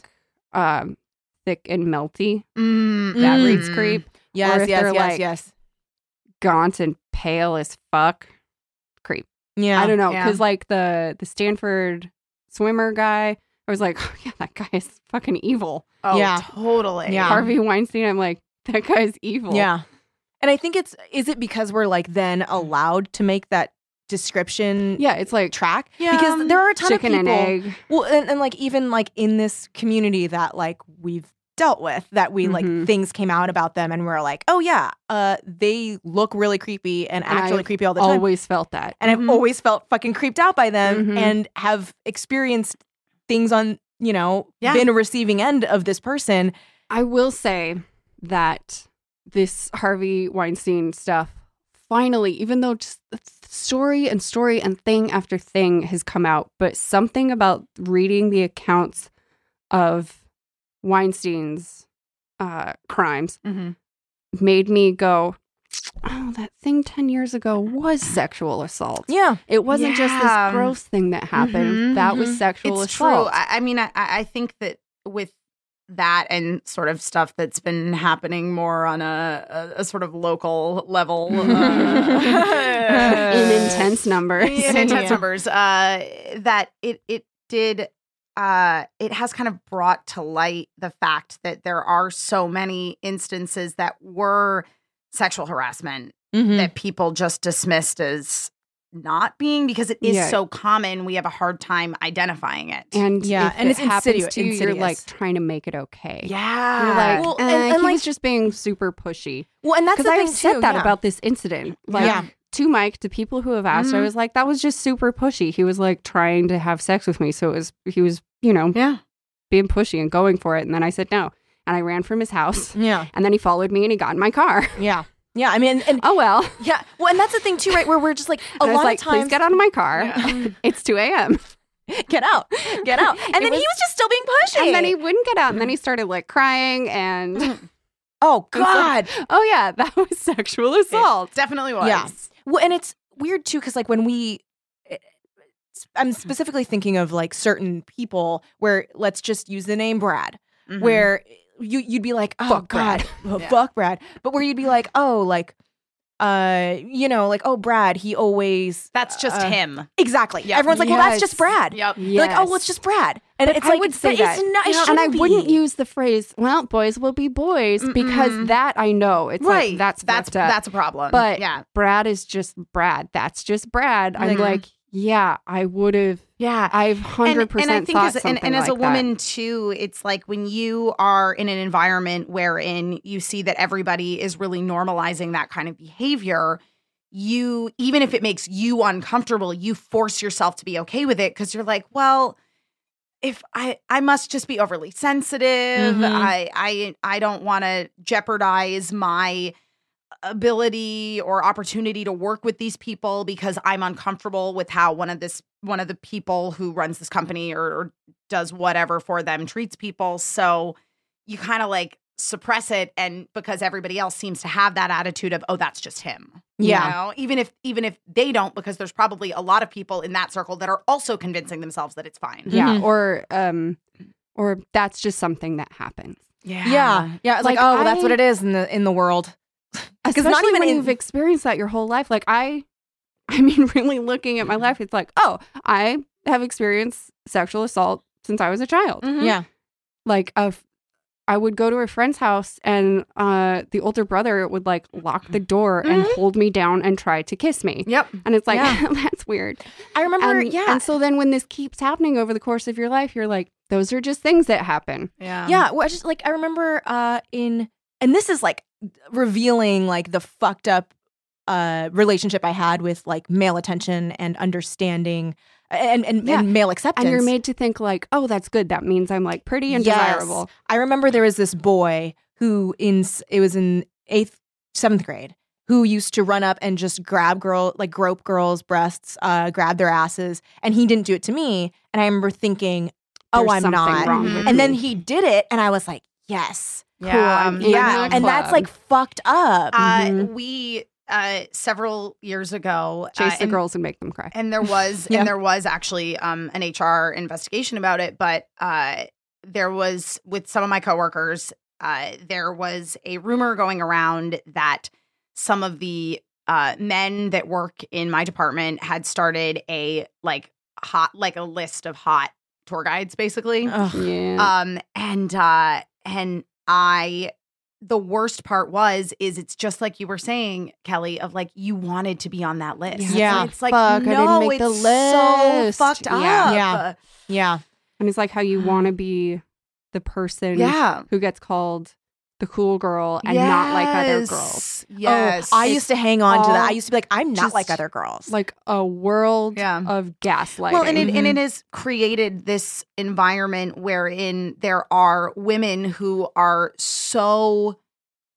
Empathy-wise. um, thick and melty. Mm, That Mm. reads creep. yes, if yes, they're yes, like- yes. Gaunt and pale as fuck. Yeah. I don't know Yeah. because like the the Stanford swimmer guy, I was like, oh, yeah, that guy is fucking evil. Oh, Yeah. totally. Yeah. Harvey Weinstein, I'm like, that guy's evil. Yeah. And I think it's is it because we're like then allowed to make that description yeah, it's like track? Yeah. Because there are a ton chicken of and people. egg. Well, and, and like even like in this community that like we've dealt with that we Mhm. like things came out about them and we're like, oh yeah, uh, they look really creepy and, And act really I've creepy all the time. Always Mm-hmm. felt that. and I've Mhm. always felt fucking creeped out by them Mhm. and have experienced things on, you know, Yeah. been a receiving end of this person. I will say that this Harvey Weinstein stuff finally, even though just th- story and story and thing after thing has come out, but something about reading the accounts of Weinstein's uh, crimes Mhm. made me go, oh, that thing 10 years ago was sexual assault. Yeah. It wasn't just Yeah. this gross thing that happened. Mhm, that mhm. was sexual It's true. assault. I, I mean, I, I think that with that and sort of stuff that's been happening more on a, a, a sort of local level uh, in intense numbers. in intense Yeah. numbers, uh, that it it did. Uh, it has kind of brought to light the fact that there are so many instances that were sexual harassment Mm. Mm-hmm. that people just dismissed as not being because it is Yeah. so common we have a hard time identifying it And Yeah, if and it it's happens insidiou- to you, you're insidious. like trying to make it okay. yeah You're like, Well, well, and- and, and, he like- was just being super pushy. Well, and that's the Because I thing have said too, that yeah. about this incident. Like, Yeah. Mm-hmm. to Mike, to people who have asked, I Mhm. was like, that was just super pushy. He was like trying to have sex with me. So it was, he was, you know, Yeah. being pushy and going for it. And then I said no. And I ran from his house. Yeah. And then he followed me and he got in my car. Yeah. Yeah. I mean, and Oh, well. yeah. Well, and that's the thing too, right? Where we're just like a And I lot was like, of times, please get out of my car. it's 2 a.m. get out, get out. And It then he was- was just still being pushy. And then he wouldn't get out. And then he started like crying. And oh was like- god. oh, yeah, that was sexual assault. It definitely was. Yeah. Well, and it's weird too, because like when we, eh, I'm Mm-hmm. specifically thinking of like certain people where let's just use the name Brad. Mhm. where eh, you you'd be like, oh Mm-hmm. Fuck god, Brad." oh, Yeah. fuck Brad, but where you'd be like, oh, like, uh, you know, like, oh, Brad, he always that's just uh, him. Exactly. Yeah. Everyone's like, well, that's Yes. just Brad. Yep. You're Like, oh, well, it's Yes. just Brad, and But it's I like, would say but that. it's not. it and I shouldn't wouldn't be. use the phrase "well, boys will be boys" Mm-mm. because that I know it's right. like that's that's fucked up. that's a problem. But- yeah, Brad is just Brad. That's just Brad. I'm Mhm. like, yeah, I would have. yeah. I've And, hundred and I percent think thought as something and, and as like a woman too, it's like when you are in an environment wherein you see that everybody is really normalizing that kind of behavior, you even if it makes you uncomfortable, you force yourself to be okay with it because you're like, well, if I I must just be overly sensitive. Mhm. I I I don't want to jeopardize my ability or opportunity to work with these people because I'm uncomfortable with how one of this one of the people who runs this company or, or does whatever for them treats people. So you kind of like suppress it and because everybody else seems to have that attitude of oh that's just him. you Yeah. know? Even if even if they don't because there's probably a lot of people in that circle that are also convincing themselves that it's fine. that. yeah, or um, or that's just something that happens. Yeah. Yeah, yeah. It's like, Like, oh, well, that's what I- it is in the in the world. Especially not even when in- you've experienced that your whole life. Like I, I mean, really looking at my life, it's like, oh, I have experienced sexual assault since I was a child. Yeah, like a f- I would go to a friend's house and uh the older brother would like lock the door and hold me down and try to kiss me. Yep. And it's like Mm-hmm. Mm, Yeah. that's weird. I remember. And, yeah, and so then when this keeps happening over the course of your life, you're like, those are just things that happen. Yeah. yeah. Well, I just like I remember uh in and this is like revealing like the fucked up uh relationship I had with like male attention and understanding and and, Yeah. and male acceptance. And you're made to think like, oh, that's good. That means I'm like pretty and Yes. desirable. I remember there was this boy who in s- it was in eighth seventh grade who used to run up and just grab girl like grope girls' breasts, uh, grab their asses, and he didn't do it to me. And I remember thinking, oh, There's I'm something not. wrong Mm. Mhm. with And then me. he did it, and I was like, yes. Yeah. Cool. Yeah. Yeah. and that's like fucked up. Uh, Mhm. We uh, several years ago uh, chase the and- girls and make them cry. and there was Yeah. and there was actually um, an HR investigation about it, but uh, there was with some of my coworkers, uh, there was a rumor going around that some of the uh, men that work in my department had started a like hot like a list of hot tour guides basically Yeah. um and uh and i the worst part was is it's just like you were saying kelly of like you wanted to be on that list Yeah. And Yeah. it's like Fuck, I didn't no make the it's so list. fucked Yeah. up Uh, Yeah. Yeah. and it's like how Uh. you want to be the person yeah who gets called the cool girl and not like other girls. Yes. yes Oh, I used to hang on to that. all I used to be like, I'm not just like other girls. Like a world Yeah. of gaslighting. Well, and it, and Mhm. it Mm-hmm. has created this environment wherein there are women who are so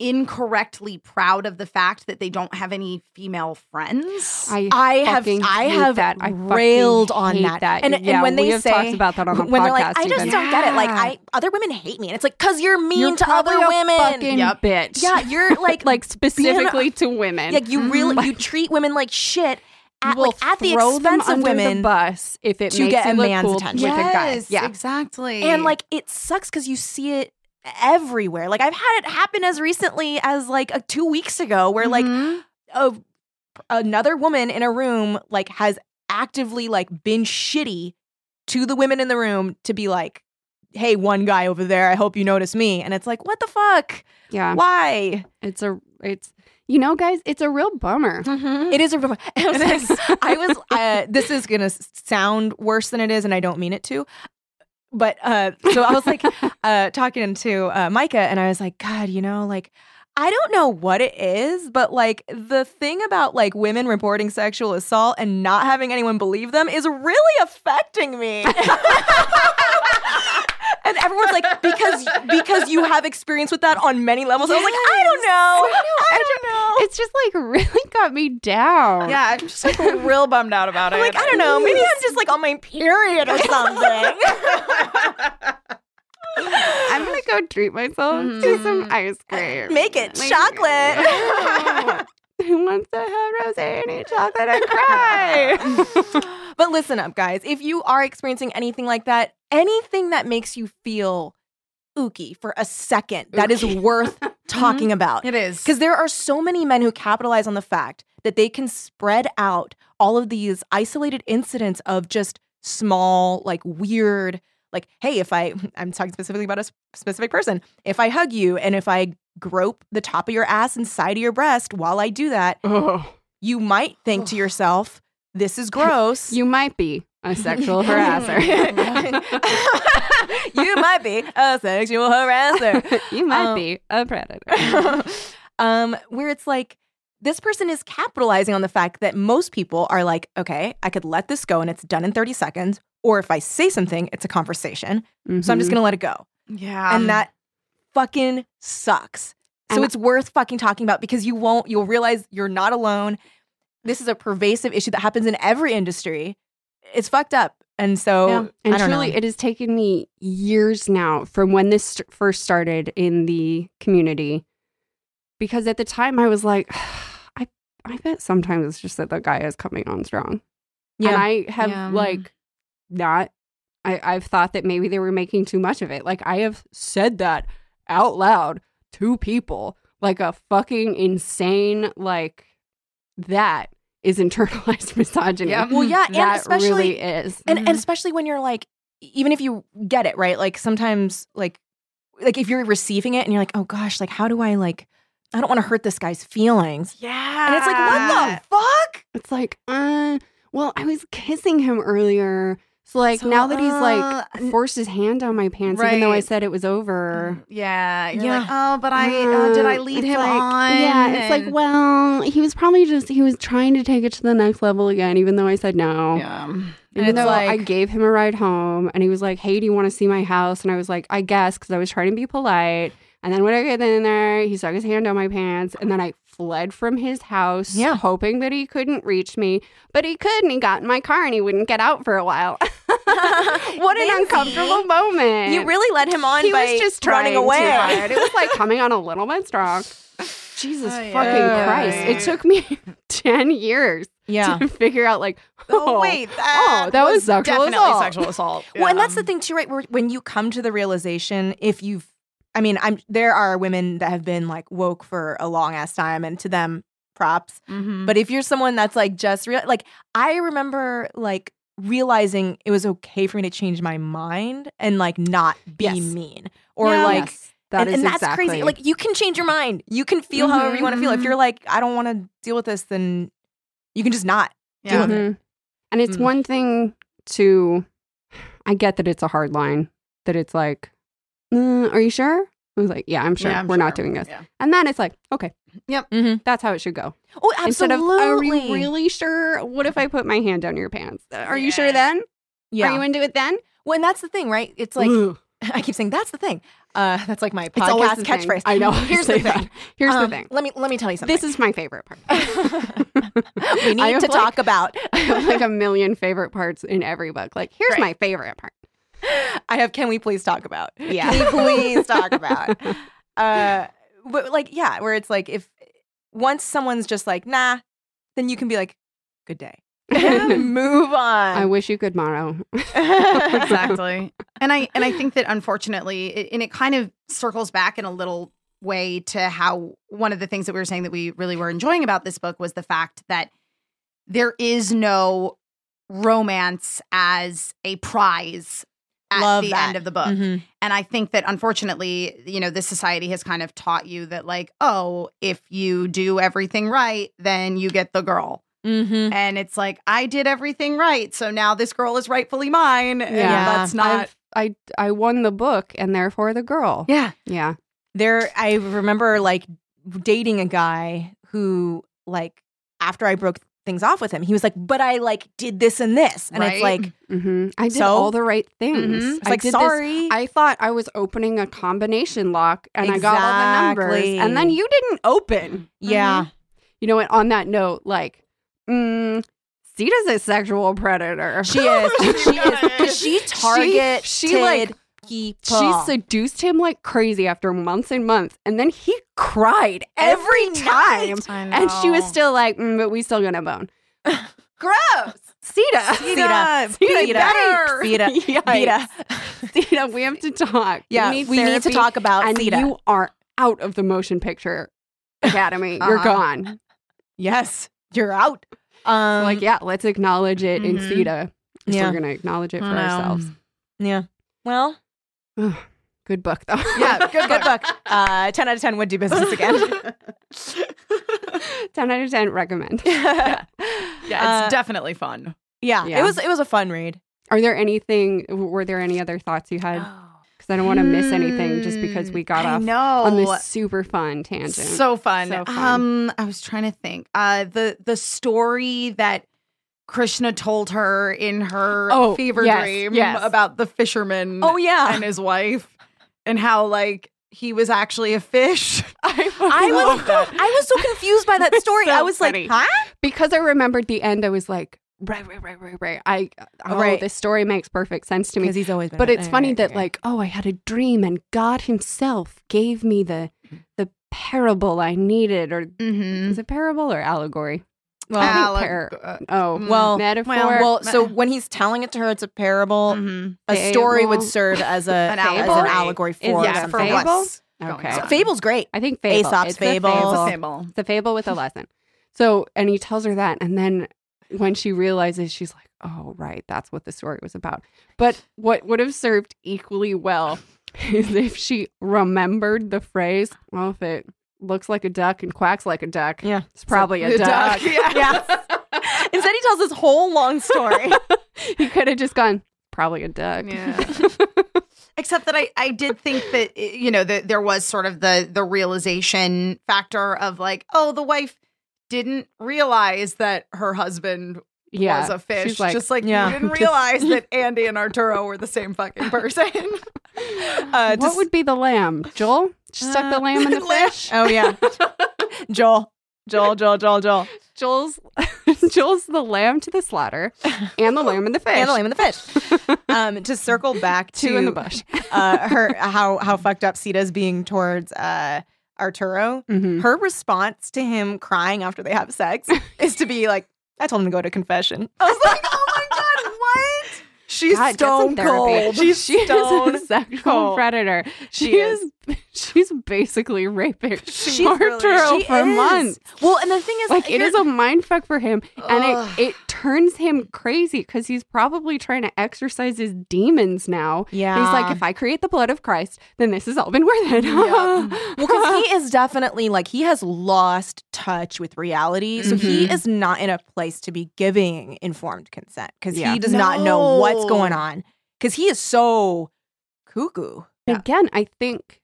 incorrectly proud of the fact that they don't have any female friends. I, I have fucking I hate have that. I fucking railed on hate that. that. And, Yeah, and when we they have say talked about that on the when they're like, podcast I just even. don't get it. Like Yeah. I other women hate me. And it's like cuz you're mean You're to other probably a women. Fucking Yep. bitch. Yeah, you're like like specifically to women. like you really you treat women like shit at, will like, at the throw them expense of under women. the bus if it to makes get you a look man's cool attention. with a guy. Yes, Yeah. exactly. And like it sucks because you see it everywhere. Like I've had it happen as recently as like a, two weeks ago, where like Mhm. a, another woman in a room like has actively like been shitty to the women in the room to be like, "Hey, one guy over there, I hope you notice me." And it's like, what the fuck? Yeah. Why? It's a it's you know, guys, it's a real bummer. It is a. and I It was like, is. I was. Uh, this is gonna s- sound worse than it is, and I don't mean it to. But uh, so I was like uh, talking to uh, Micah, and I was like, God, you know, like I don't know what it is, but like the thing about like women reporting sexual assault and not having anyone believe them is really affecting me. And everyone's like, because because you have experience with that on many levels. I was like, I don't know, I don't know. It's just like really got me down. Yeah, I'm just like real bummed out about it. I'm like, I don't know. Maybe I'm just like on my period or something. I'm gonna go treat myself to some ice cream. Mm-hmm. Make it Like- chocolate. Who wants to have rose and eat chocolate and cry? but listen up, guys. If you are experiencing anything like that, anything that makes you feel ooky for a second, that is worth talking about. it is Because there are so many men who capitalize on the fact that they can spread out all of these isolated incidents of just small, like weird, like, hey, if I, I'm talking specifically about a s- specific person, if I hug you and if I grope the top of your ass and side of your breast while I do that, oh, you might think to yourself, this is gross. you might be a sexual harasser. you might be a sexual harasser. you might Um, be a predator. um, where it's like this person is capitalizing on the fact that most people are like, okay, I could let this go and it's done in 30 seconds. Or if I say something, it's a conversation. So I'm Mm-hmm. just going to let it go. yeah. and that fucking sucks. So Um And- it's worth fucking talking about because you won't, you'll realize you're not alone. This is a pervasive issue that happens in every industry. It's fucked up. And so, Yeah. And I don't truly, know. it has taken me years now from when this st- first started in the community, because at the time I was like, I, I bet sometimes it's just that the guy is coming on strong, and yeah. I have Yeah. like not. I, I've thought that maybe they were making too much of it. Like I have said that out loud to people, like a fucking insane like that is internalized misogyny. Yep. well, yeah. And That especially, really is. and, and especially when you're like, e, even if you get it, right? Like sometimes, like, like if you're receiving it and you're like, oh gosh, like, how do I, like, I don't want to hurt this guy's feelings. yeah. And it's like, what the fuck? It's like, uh, well, I was kissing him earlier. So like So, now that he's uh, like forced his hand down my pants, even though I right. said it was over. Yeah. You're Yeah. Mm, like, oh, but I uh, did I uh, lead it's him like- on? Yeah, it's like, And- well, he was probably just he was trying to take it to the next level again, even though I said no. Yeah. And Even it's though I like, gave him a ride home, and he was like, "Hey, do you want to see my house?" And I was like, "I guess," because I was trying to be polite. And then when I get in there, he stuck his hand down my pants, and then I fled from his house, Yeah. hoping that he couldn't reach me. But he could, and he got in my car, and he wouldn't get out for a while. what an Nancy. uncomfortable moment! You really let him on he by was just running running away. Too hard. It was like coming on a little bit strong. Jesus Ay, fucking ay, Christ! ay. It took me ten years Yeah. to figure out, like, oh, wait, that, oh, that was sexual definitely assault. sexual assault. Well, and Yeah. that's the thing too, right? Where when you come to the realization, if you've, I mean, I'm there are women that have been like woke for a long ass time, and to them, props. Mm-hmm. But if you're someone that's like just real, like I remember like realizing it was okay for me to change my mind and like not be yes. mean or yeah. like. Yes. That and, and that's exactly. crazy. Like you can change your mind. You can feel mm-hmm. however you want to feel. If you're like, I don't want to deal with this, then you can just not yeah. deal with it. And Mm. it's mm-hmm. one thing to, I get that it's a hard line. That it's like, mm, are you sure? I was like, yeah, I'm sure yeah, I'm we're sure. not doing this. Yeah. And then it's like, okay, yep, mm-hmm. that's how it should go. Oh, absolutely. Instead of, are you really sure? What if I put my hand down your pants? Uh, Are you yeah. sure then? Yeah. Are you into it then? Well, and that's the thing, right? It's like. Ooh. I keep saying that's the thing. Uh, that's like my podcast catchphrase. Thing. I know. Here's I the thing. That. Here's um, the thing. Let me let me tell you something. This is my favorite part. we need to like, talk about. I have like a million favorite parts in every book. Like here's Great. my favorite part. I have. Can we please talk about? Yeah. Can we please talk about? Uh, but like yeah, where it's like if once someone's just like nah, then you can be like, good day. move on i wish you good morrow exactly and i and i think that unfortunately it, and it kind of circles back in a little way to how one of the things that we were saying that we really were enjoying about this book was the fact that there is no romance as a prize at Love the that. end of the book. Mm-hmm. And I think that unfortunately, you know, this society has kind of taught you that like, oh, if you do everything right, then you get the girl. Mm-hmm. And it's like, I did everything right. So now this girl is rightfully mine. Yeah. And that's not. I've, i I won the book and therefore the girl. Yeah. Yeah. There, I remember like dating a guy who, like, after I broke things off with him, he was like, but I like did this and this. And right? it's like, mm-hmm. I did so? all the right things. Mm-hmm. I like, did sorry. This. I thought I was opening a combination lock and exactly. I got all the numbers. And then you didn't open. Yeah. You know what? On that note, like, mm, Sita's a sexual predator. She is. she is because she targeted. She, she like people. she seduced him like crazy after months and months, and then he cried every, every time, and she was still like, mm, "But we still gonna bone." Gross. Sita. Sita. Sita. Sita. Sita. Sita. Sita. We have to talk. Yeah, we need, we need to talk about and Sita. You are out of the motion picture academy. uh-huh. You're gone. Yes you're out. Um, so like, yeah, let's acknowledge it mm-hmm. in CETA. So yeah. we're gonna acknowledge it for ourselves. Yeah. Well, good book though. yeah, good good book. Uh, ten out of ten would do business again. ten out of ten recommend. yeah, yeah it's uh, definitely fun. Yeah, yeah, it was it was a fun read. Are there anything? Were there any other thoughts you had? Because I don't want to miss mm, anything just because we got I off know. on Oh, this super fun tangent. So fun. so fun. Um, I was trying to think. Uh, the the story that Krishna told her in her oh, fever yes, dream yes. about the fisherman. Oh yeah, and his wife, and how like. He was actually a fish. I, I was that. I was so confused by that story. so I was funny. like, huh? Because I remembered the end. I was like, right, right, right, right, right. I oh, right. this story makes perfect sense to me. Because he's always been. But it's funny right, that right. like, oh, I had a dream and God Himself gave me the the parable I needed, or mm-hmm. Mm. is it parable or allegory? Well, uh, Alleg- par- oh, well, metaphor. Mm. Well, so when he's telling it to her, it's a parable. Mm. Mm-hmm. A fable. story would serve as a an as an allegory for yeah, for what's Okay, so fable's great. I think fable. Aesop's it's fable. fable. It's fable. It's a fable with a lesson. So, and he tells her that, and then when she realizes she's like, oh right, that's what the story was about. But what would have served equally well is if she remembered the phrase, well, if it looks like a duck and quacks like a duck, yeah, it's probably a, a duck. duck. Yeah. yes. Instead, he tells this whole long story. he could have just gone, probably a duck. Yeah. Except that I, I did think that you know that there was sort of the the realization factor of like oh the wife didn't realize that her husband yeah. was a fish. Like, just like yeah. you didn't realize that Andy and Arturo were the same fucking person. Uh, what would be the lamb? Joel? She stuck uh, the lamb in the fish? Oh yeah. Joel. Joel, Joel, Joel, Joel. Joel's Joel's the lamb to the slaughter and the lamb and the fish. And the lamb and the fish. Um, to circle back to Two in the bush. uh, her how how fucked up Sita's being towards uh, Arturo, mm-hmm. her response to him crying after they have sex is to be like, I told him to go to confession. I was like, oh my God, what? She's God, stone cold. She's she stone is a sexual cold. predator. She, she is. is she's basically raping Arturo for months. Well, and the thing is, Like it here- is a mind fuck for him, and it it turns him crazy because he's probably trying to exercise his demons now. And he's Yeah. like, if I create the blood of Christ, then this has all been worth it. Well, because he is definitely like he has lost touch with reality, so he Mm-hmm. is not in a place to be giving informed consent because Yeah. he does not know what's No. going on because he is so cuckoo. And Again, I think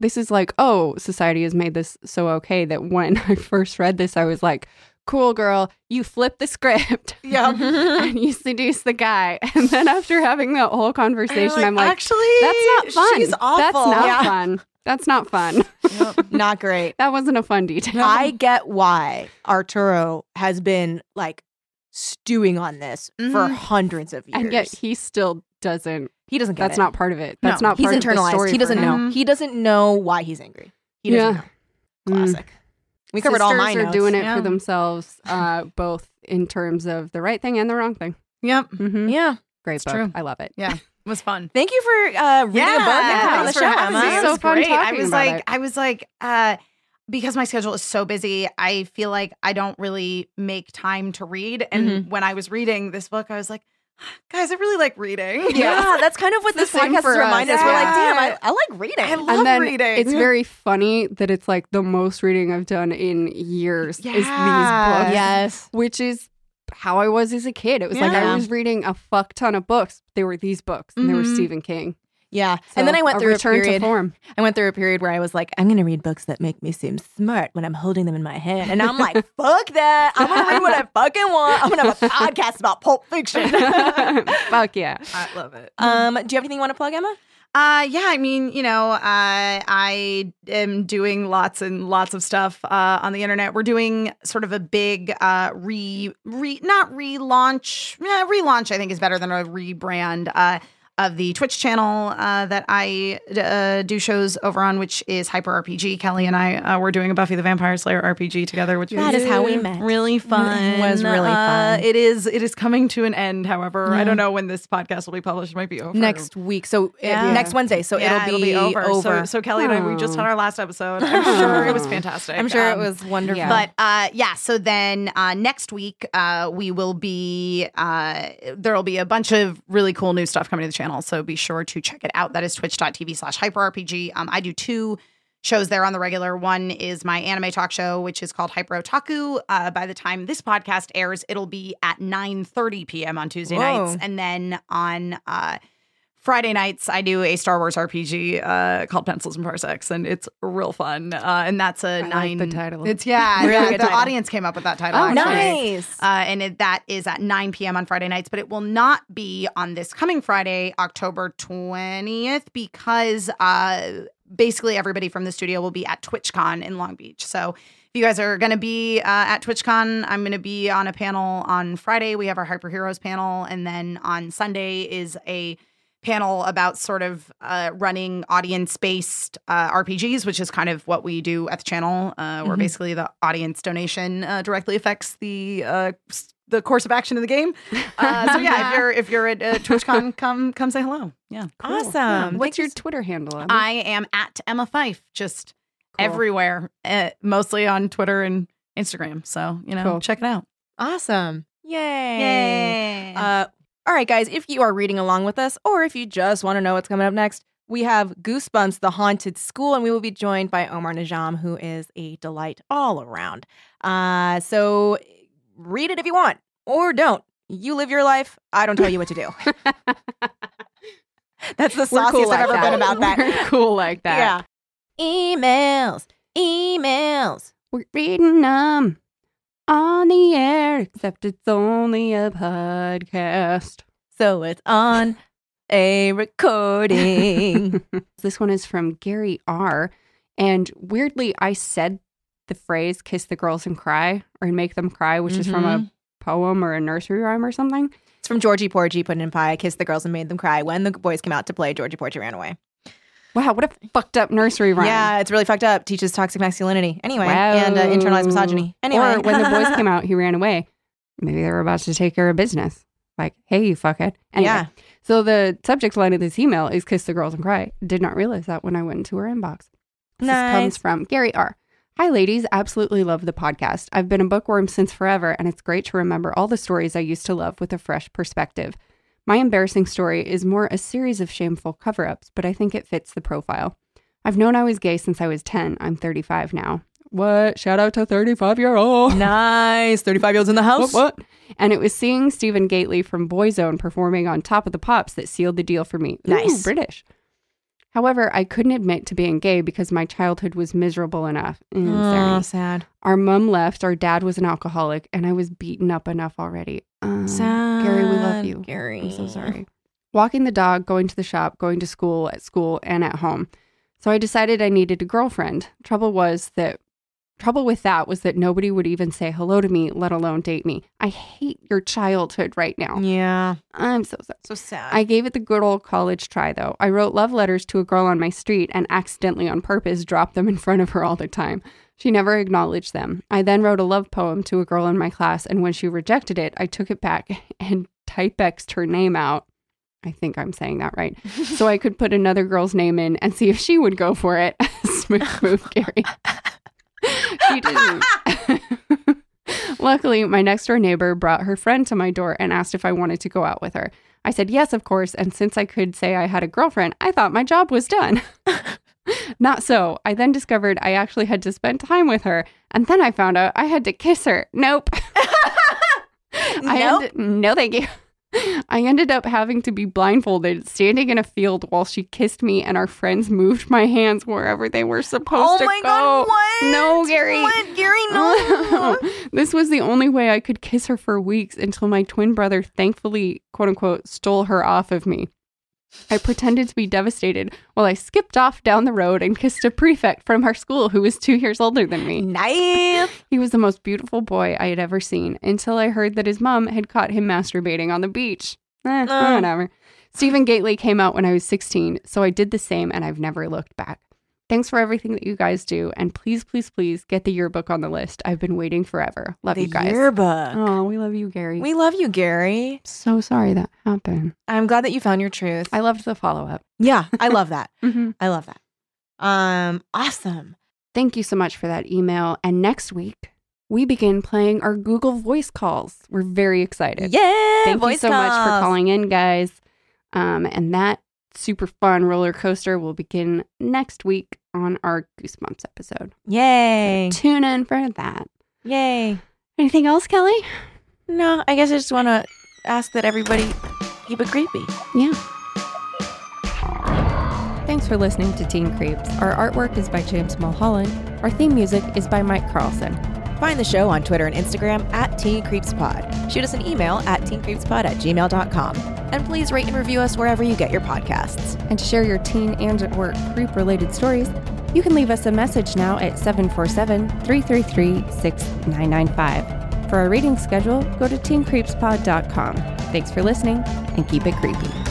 this is like, oh, society has made this so okay that when I first read this, I was like, cool girl, you flip the script. and you seduce the guy. And then after having that whole conversation, I'm like, actually, that's not fun. She's awful. That's not fun. That's not fun. not great. That wasn't a fun detail. I get why Arturo has been like stewing on this for hundreds of years. Mm-hmm. and yet he still doesn't. he doesn't get That's it. not part of it. That's not he's part of the internalized. story. He doesn't for him. Mm-hmm. know. He doesn't know why he's angry. He doesn't Yeah. know. Mm. Classic. We covered all Sisters my are notes. doing it Yeah. for themselves, uh, both in terms of the right thing and the wrong thing. Yep, Mm-hmm. Yeah. Great It's book. true. I love it. Yeah. it was fun. Thank you for uh, reading a book Yeah, and coming on the thanks for show, having me. Emma. It So was fun great. I talking was about like, it. I was like, uh, because my schedule is so busy, I feel like I don't really make time to read. And when I was reading this book, I was like, guys, I really like reading. Yeah, Ah, that's kind of what It's this the same podcast for has reminded us. us. We're like, Yeah. damn, I, I like reading. I love and then reading. it's very funny that it's like the most reading I've done in years is these books. Yeah. yes. which is how I was as a kid. It was like I Yeah. was reading a fuck ton of books. They were these books, and they were Mhm. Stephen King. Yeah. and then So, I went a through a return period. to form. I went through a period where I was like, I'm going to read books that make me seem smart when I'm holding them in my hand. And now I'm like, fuck that. I'm going to read what I fucking want. I'm going to have a podcast about Pulp Fiction. Fuck yeah! I love it. um, do you have anything you want to plug, Emma? Uh, yeah, I mean, you know, uh, I am doing lots and lots of stuff uh, on the internet. We're doing sort of a big uh, re, re, not relaunch, yeah, relaunch. I think is better than a rebrand uh, of the Twitch channel uh, that I uh, do shows over on, which is Hyper RPG. Kelly and I uh, were doing a Buffy the Vampire Slayer RPG together, which That was is how we met. Really fun. was really Uh, fun. it is. It is coming to an end. However, I don't know when this podcast will be published. It might be over Next week. So Yeah. next Wednesday. So yeah, it'll, be So, so Kelly and I, we just had our last episode. I'm sure it was fantastic. I'm sure it Um, was wonderful. But uh, yeah, so then uh, next week uh, we will be uh, there will be a bunch of really cool new stuff coming to the channel. So be sure to check it out. That is twitch.tv slash hyperrpg. Um, I do two shows there on the regular. One is my anime talk show, which is called Hyper Otaku. Uh, by the time this podcast airs, it'll be at 9.30 p.m. on Tuesday Whoa. nights. And then on... Uh, Friday nights, I do a Star Wars RPG uh, called Pencils and Parsecs, and it's real fun. Uh, and that's a like nine. the title. It's yeah, Really yeah, good the title. audience came up with that title. Oh, actually. nice. Uh, and it, that is at 9 p.m. on Friday nights, but it will not be on this coming Friday, October 20th, because uh, basically everybody from the studio will be at TwitchCon in Long Beach. So if you guys are going to be uh, at TwitchCon, I'm going to be on a panel on Friday. We have our Hyper Heroes panel. And then on Sunday is a panel about sort of uh, running audience based uh, RPGs, which is kind of what we do at the channel, uh, where basically the audience donation uh, directly affects the. Uh, s- the course of action in the game. Uh, so yeah, if you're if you're at uh, TwitchCon, come come say hello. Yeah, Awesome. Um, What's your Twitter handle? Emma? I am at Emma Fife, just everywhere, uh, mostly on Twitter and Instagram. So you know, Cool. check it out. Awesome. Yay. Yay! Uh, all right, guys, if you are reading along with us or if you just want to know what's coming up next, we have Goosebumps, The Haunted School, and we will be joined by Omar Najam, who is a delight all around. Uh, so read it if you want or don't. You live your life. I don't tell you what to do. That's the We're sauciest cool like I've ever that. been about that. We're cool like that. yeah. Emails. Emails. We're reading them on the air, except it's only a podcast. So it's on a recording. This one is from Gary R. And weirdly, I said the phrase kiss the girls and cry or make them cry, which is from Mm-hmm. a poem or a nursery rhyme or something. It's from Georgie Porgy, put it in pie, kissed the girls and made them cry. When the boys came out to play, Georgie Porgy ran away. Wow, what a fucked up nursery rhyme. Yeah, it's really fucked up. Teaches toxic masculinity. Anyway, Wow. and uh, internalized misogyny. Anyway, Or when the boys came out, he ran away. Maybe they were about to take care of business. Like, hey, you fuckhead. Anyway, Yeah. So the subject line of this email is kiss the girls and cry. Did not realize that when I went into her inbox. Nice. This comes from Gary R. Hi, ladies. Absolutely love the podcast. I've been a bookworm since forever, and it's great to remember all the stories I used to love with a fresh perspective. My embarrassing story is more a series of shameful cover ups, but I think it fits the profile. I've known I was gay since I was 10. I'm 35 now. What? Shout out to 35 year old. Nice. 35 year olds in the house. What, what? And it was seeing Stephen Gately from Boyzone performing on Top of the Pops that sealed the deal for me. Nice. Ooh, British. However, I couldn't admit to being gay because my childhood was miserable enough. Mm, Oh, sorry. sad. Our mum left, our dad was an alcoholic, and I was beaten up enough already. Um, Sad. Gary, we love you. Gary. I'm so sorry. Mm. Walking the dog, going to the shop, going to school, at school, and at home. So I decided I needed a girlfriend. Trouble was that trouble with that was that nobody would even say hello to me, let alone date me. I hate your childhood right now. Yeah. I'm so sorry. So sad. I gave it the good old college try though. I wrote love letters to a girl on my street and accidentally on purpose dropped them in front of her all the time. She never acknowledged them. I then wrote a love poem to a girl in my class and when she rejected it, I took it back and typexed her name out. I think I'm saying that right. so I could put another girl's name in and see if she would go for it. Smooth move, Gary. she didn't. Luckily, my next door neighbor brought her friend to my door and asked if I wanted to go out with her. I said yes, of course, and since I could say I had a girlfriend, I thought my job was done. Not so. I then discovered I actually had to spend time with her, and then I found out I had to kiss her. Nope. I Nope. ended- no, thank you. I ended up having to be blindfolded, standing in a field while she kissed me, and our friends moved my hands wherever they were supposed Oh to my go. god, what? No, Gary. What? Gary, no. this was the only way I could kiss her for weeks until my twin brother thankfully, quote unquote, stole her off of me. I pretended to be devastated while I skipped off down the road and kissed a prefect from our school who was two years older than me. Nice. He was the most beautiful boy I had ever seen until I heard that his mom had caught him masturbating on the beach. Eh, Whatever. Stephen Gately came out when I was 16, so I did the same and I've never looked back. Thanks for everything that you guys do, and please, please, please get the yearbook on the list. I've been waiting forever. Love you guys. yearbook. Oh, we love you, Gary. We love you, Gary. so sorry that happened. I'm glad that you found your truth. I loved the follow up. yeah, I love that. I love that. Um, awesome. Thank you so much for that email. And next week, we begin playing our Google voice calls. We're very excited. Yeah. Thank you voice so much for calls. calling in, guys. Um, and that super fun roller coaster will begin next week on our Goosebumps episode. Yay. Tune in for that. Yay. Anything else, Kelly? No, I guess I just want to ask that everybody keep it creepy. Yeah. Thanks for listening to Teen Creeps. Our artwork is by James Mulholland. Our theme music is by Mike Carlson. Find the show on Twitter and Instagram at Teen Creeps Pod. Shoot us an email at teencreepspod at gmail.com. And please rate and review us wherever you get your podcasts. and to share your teen and at work creep related stories, you can leave us a message now at 747 333 6995. For our reading schedule, go to teencreepspod.com. Thanks for listening and keep it creepy.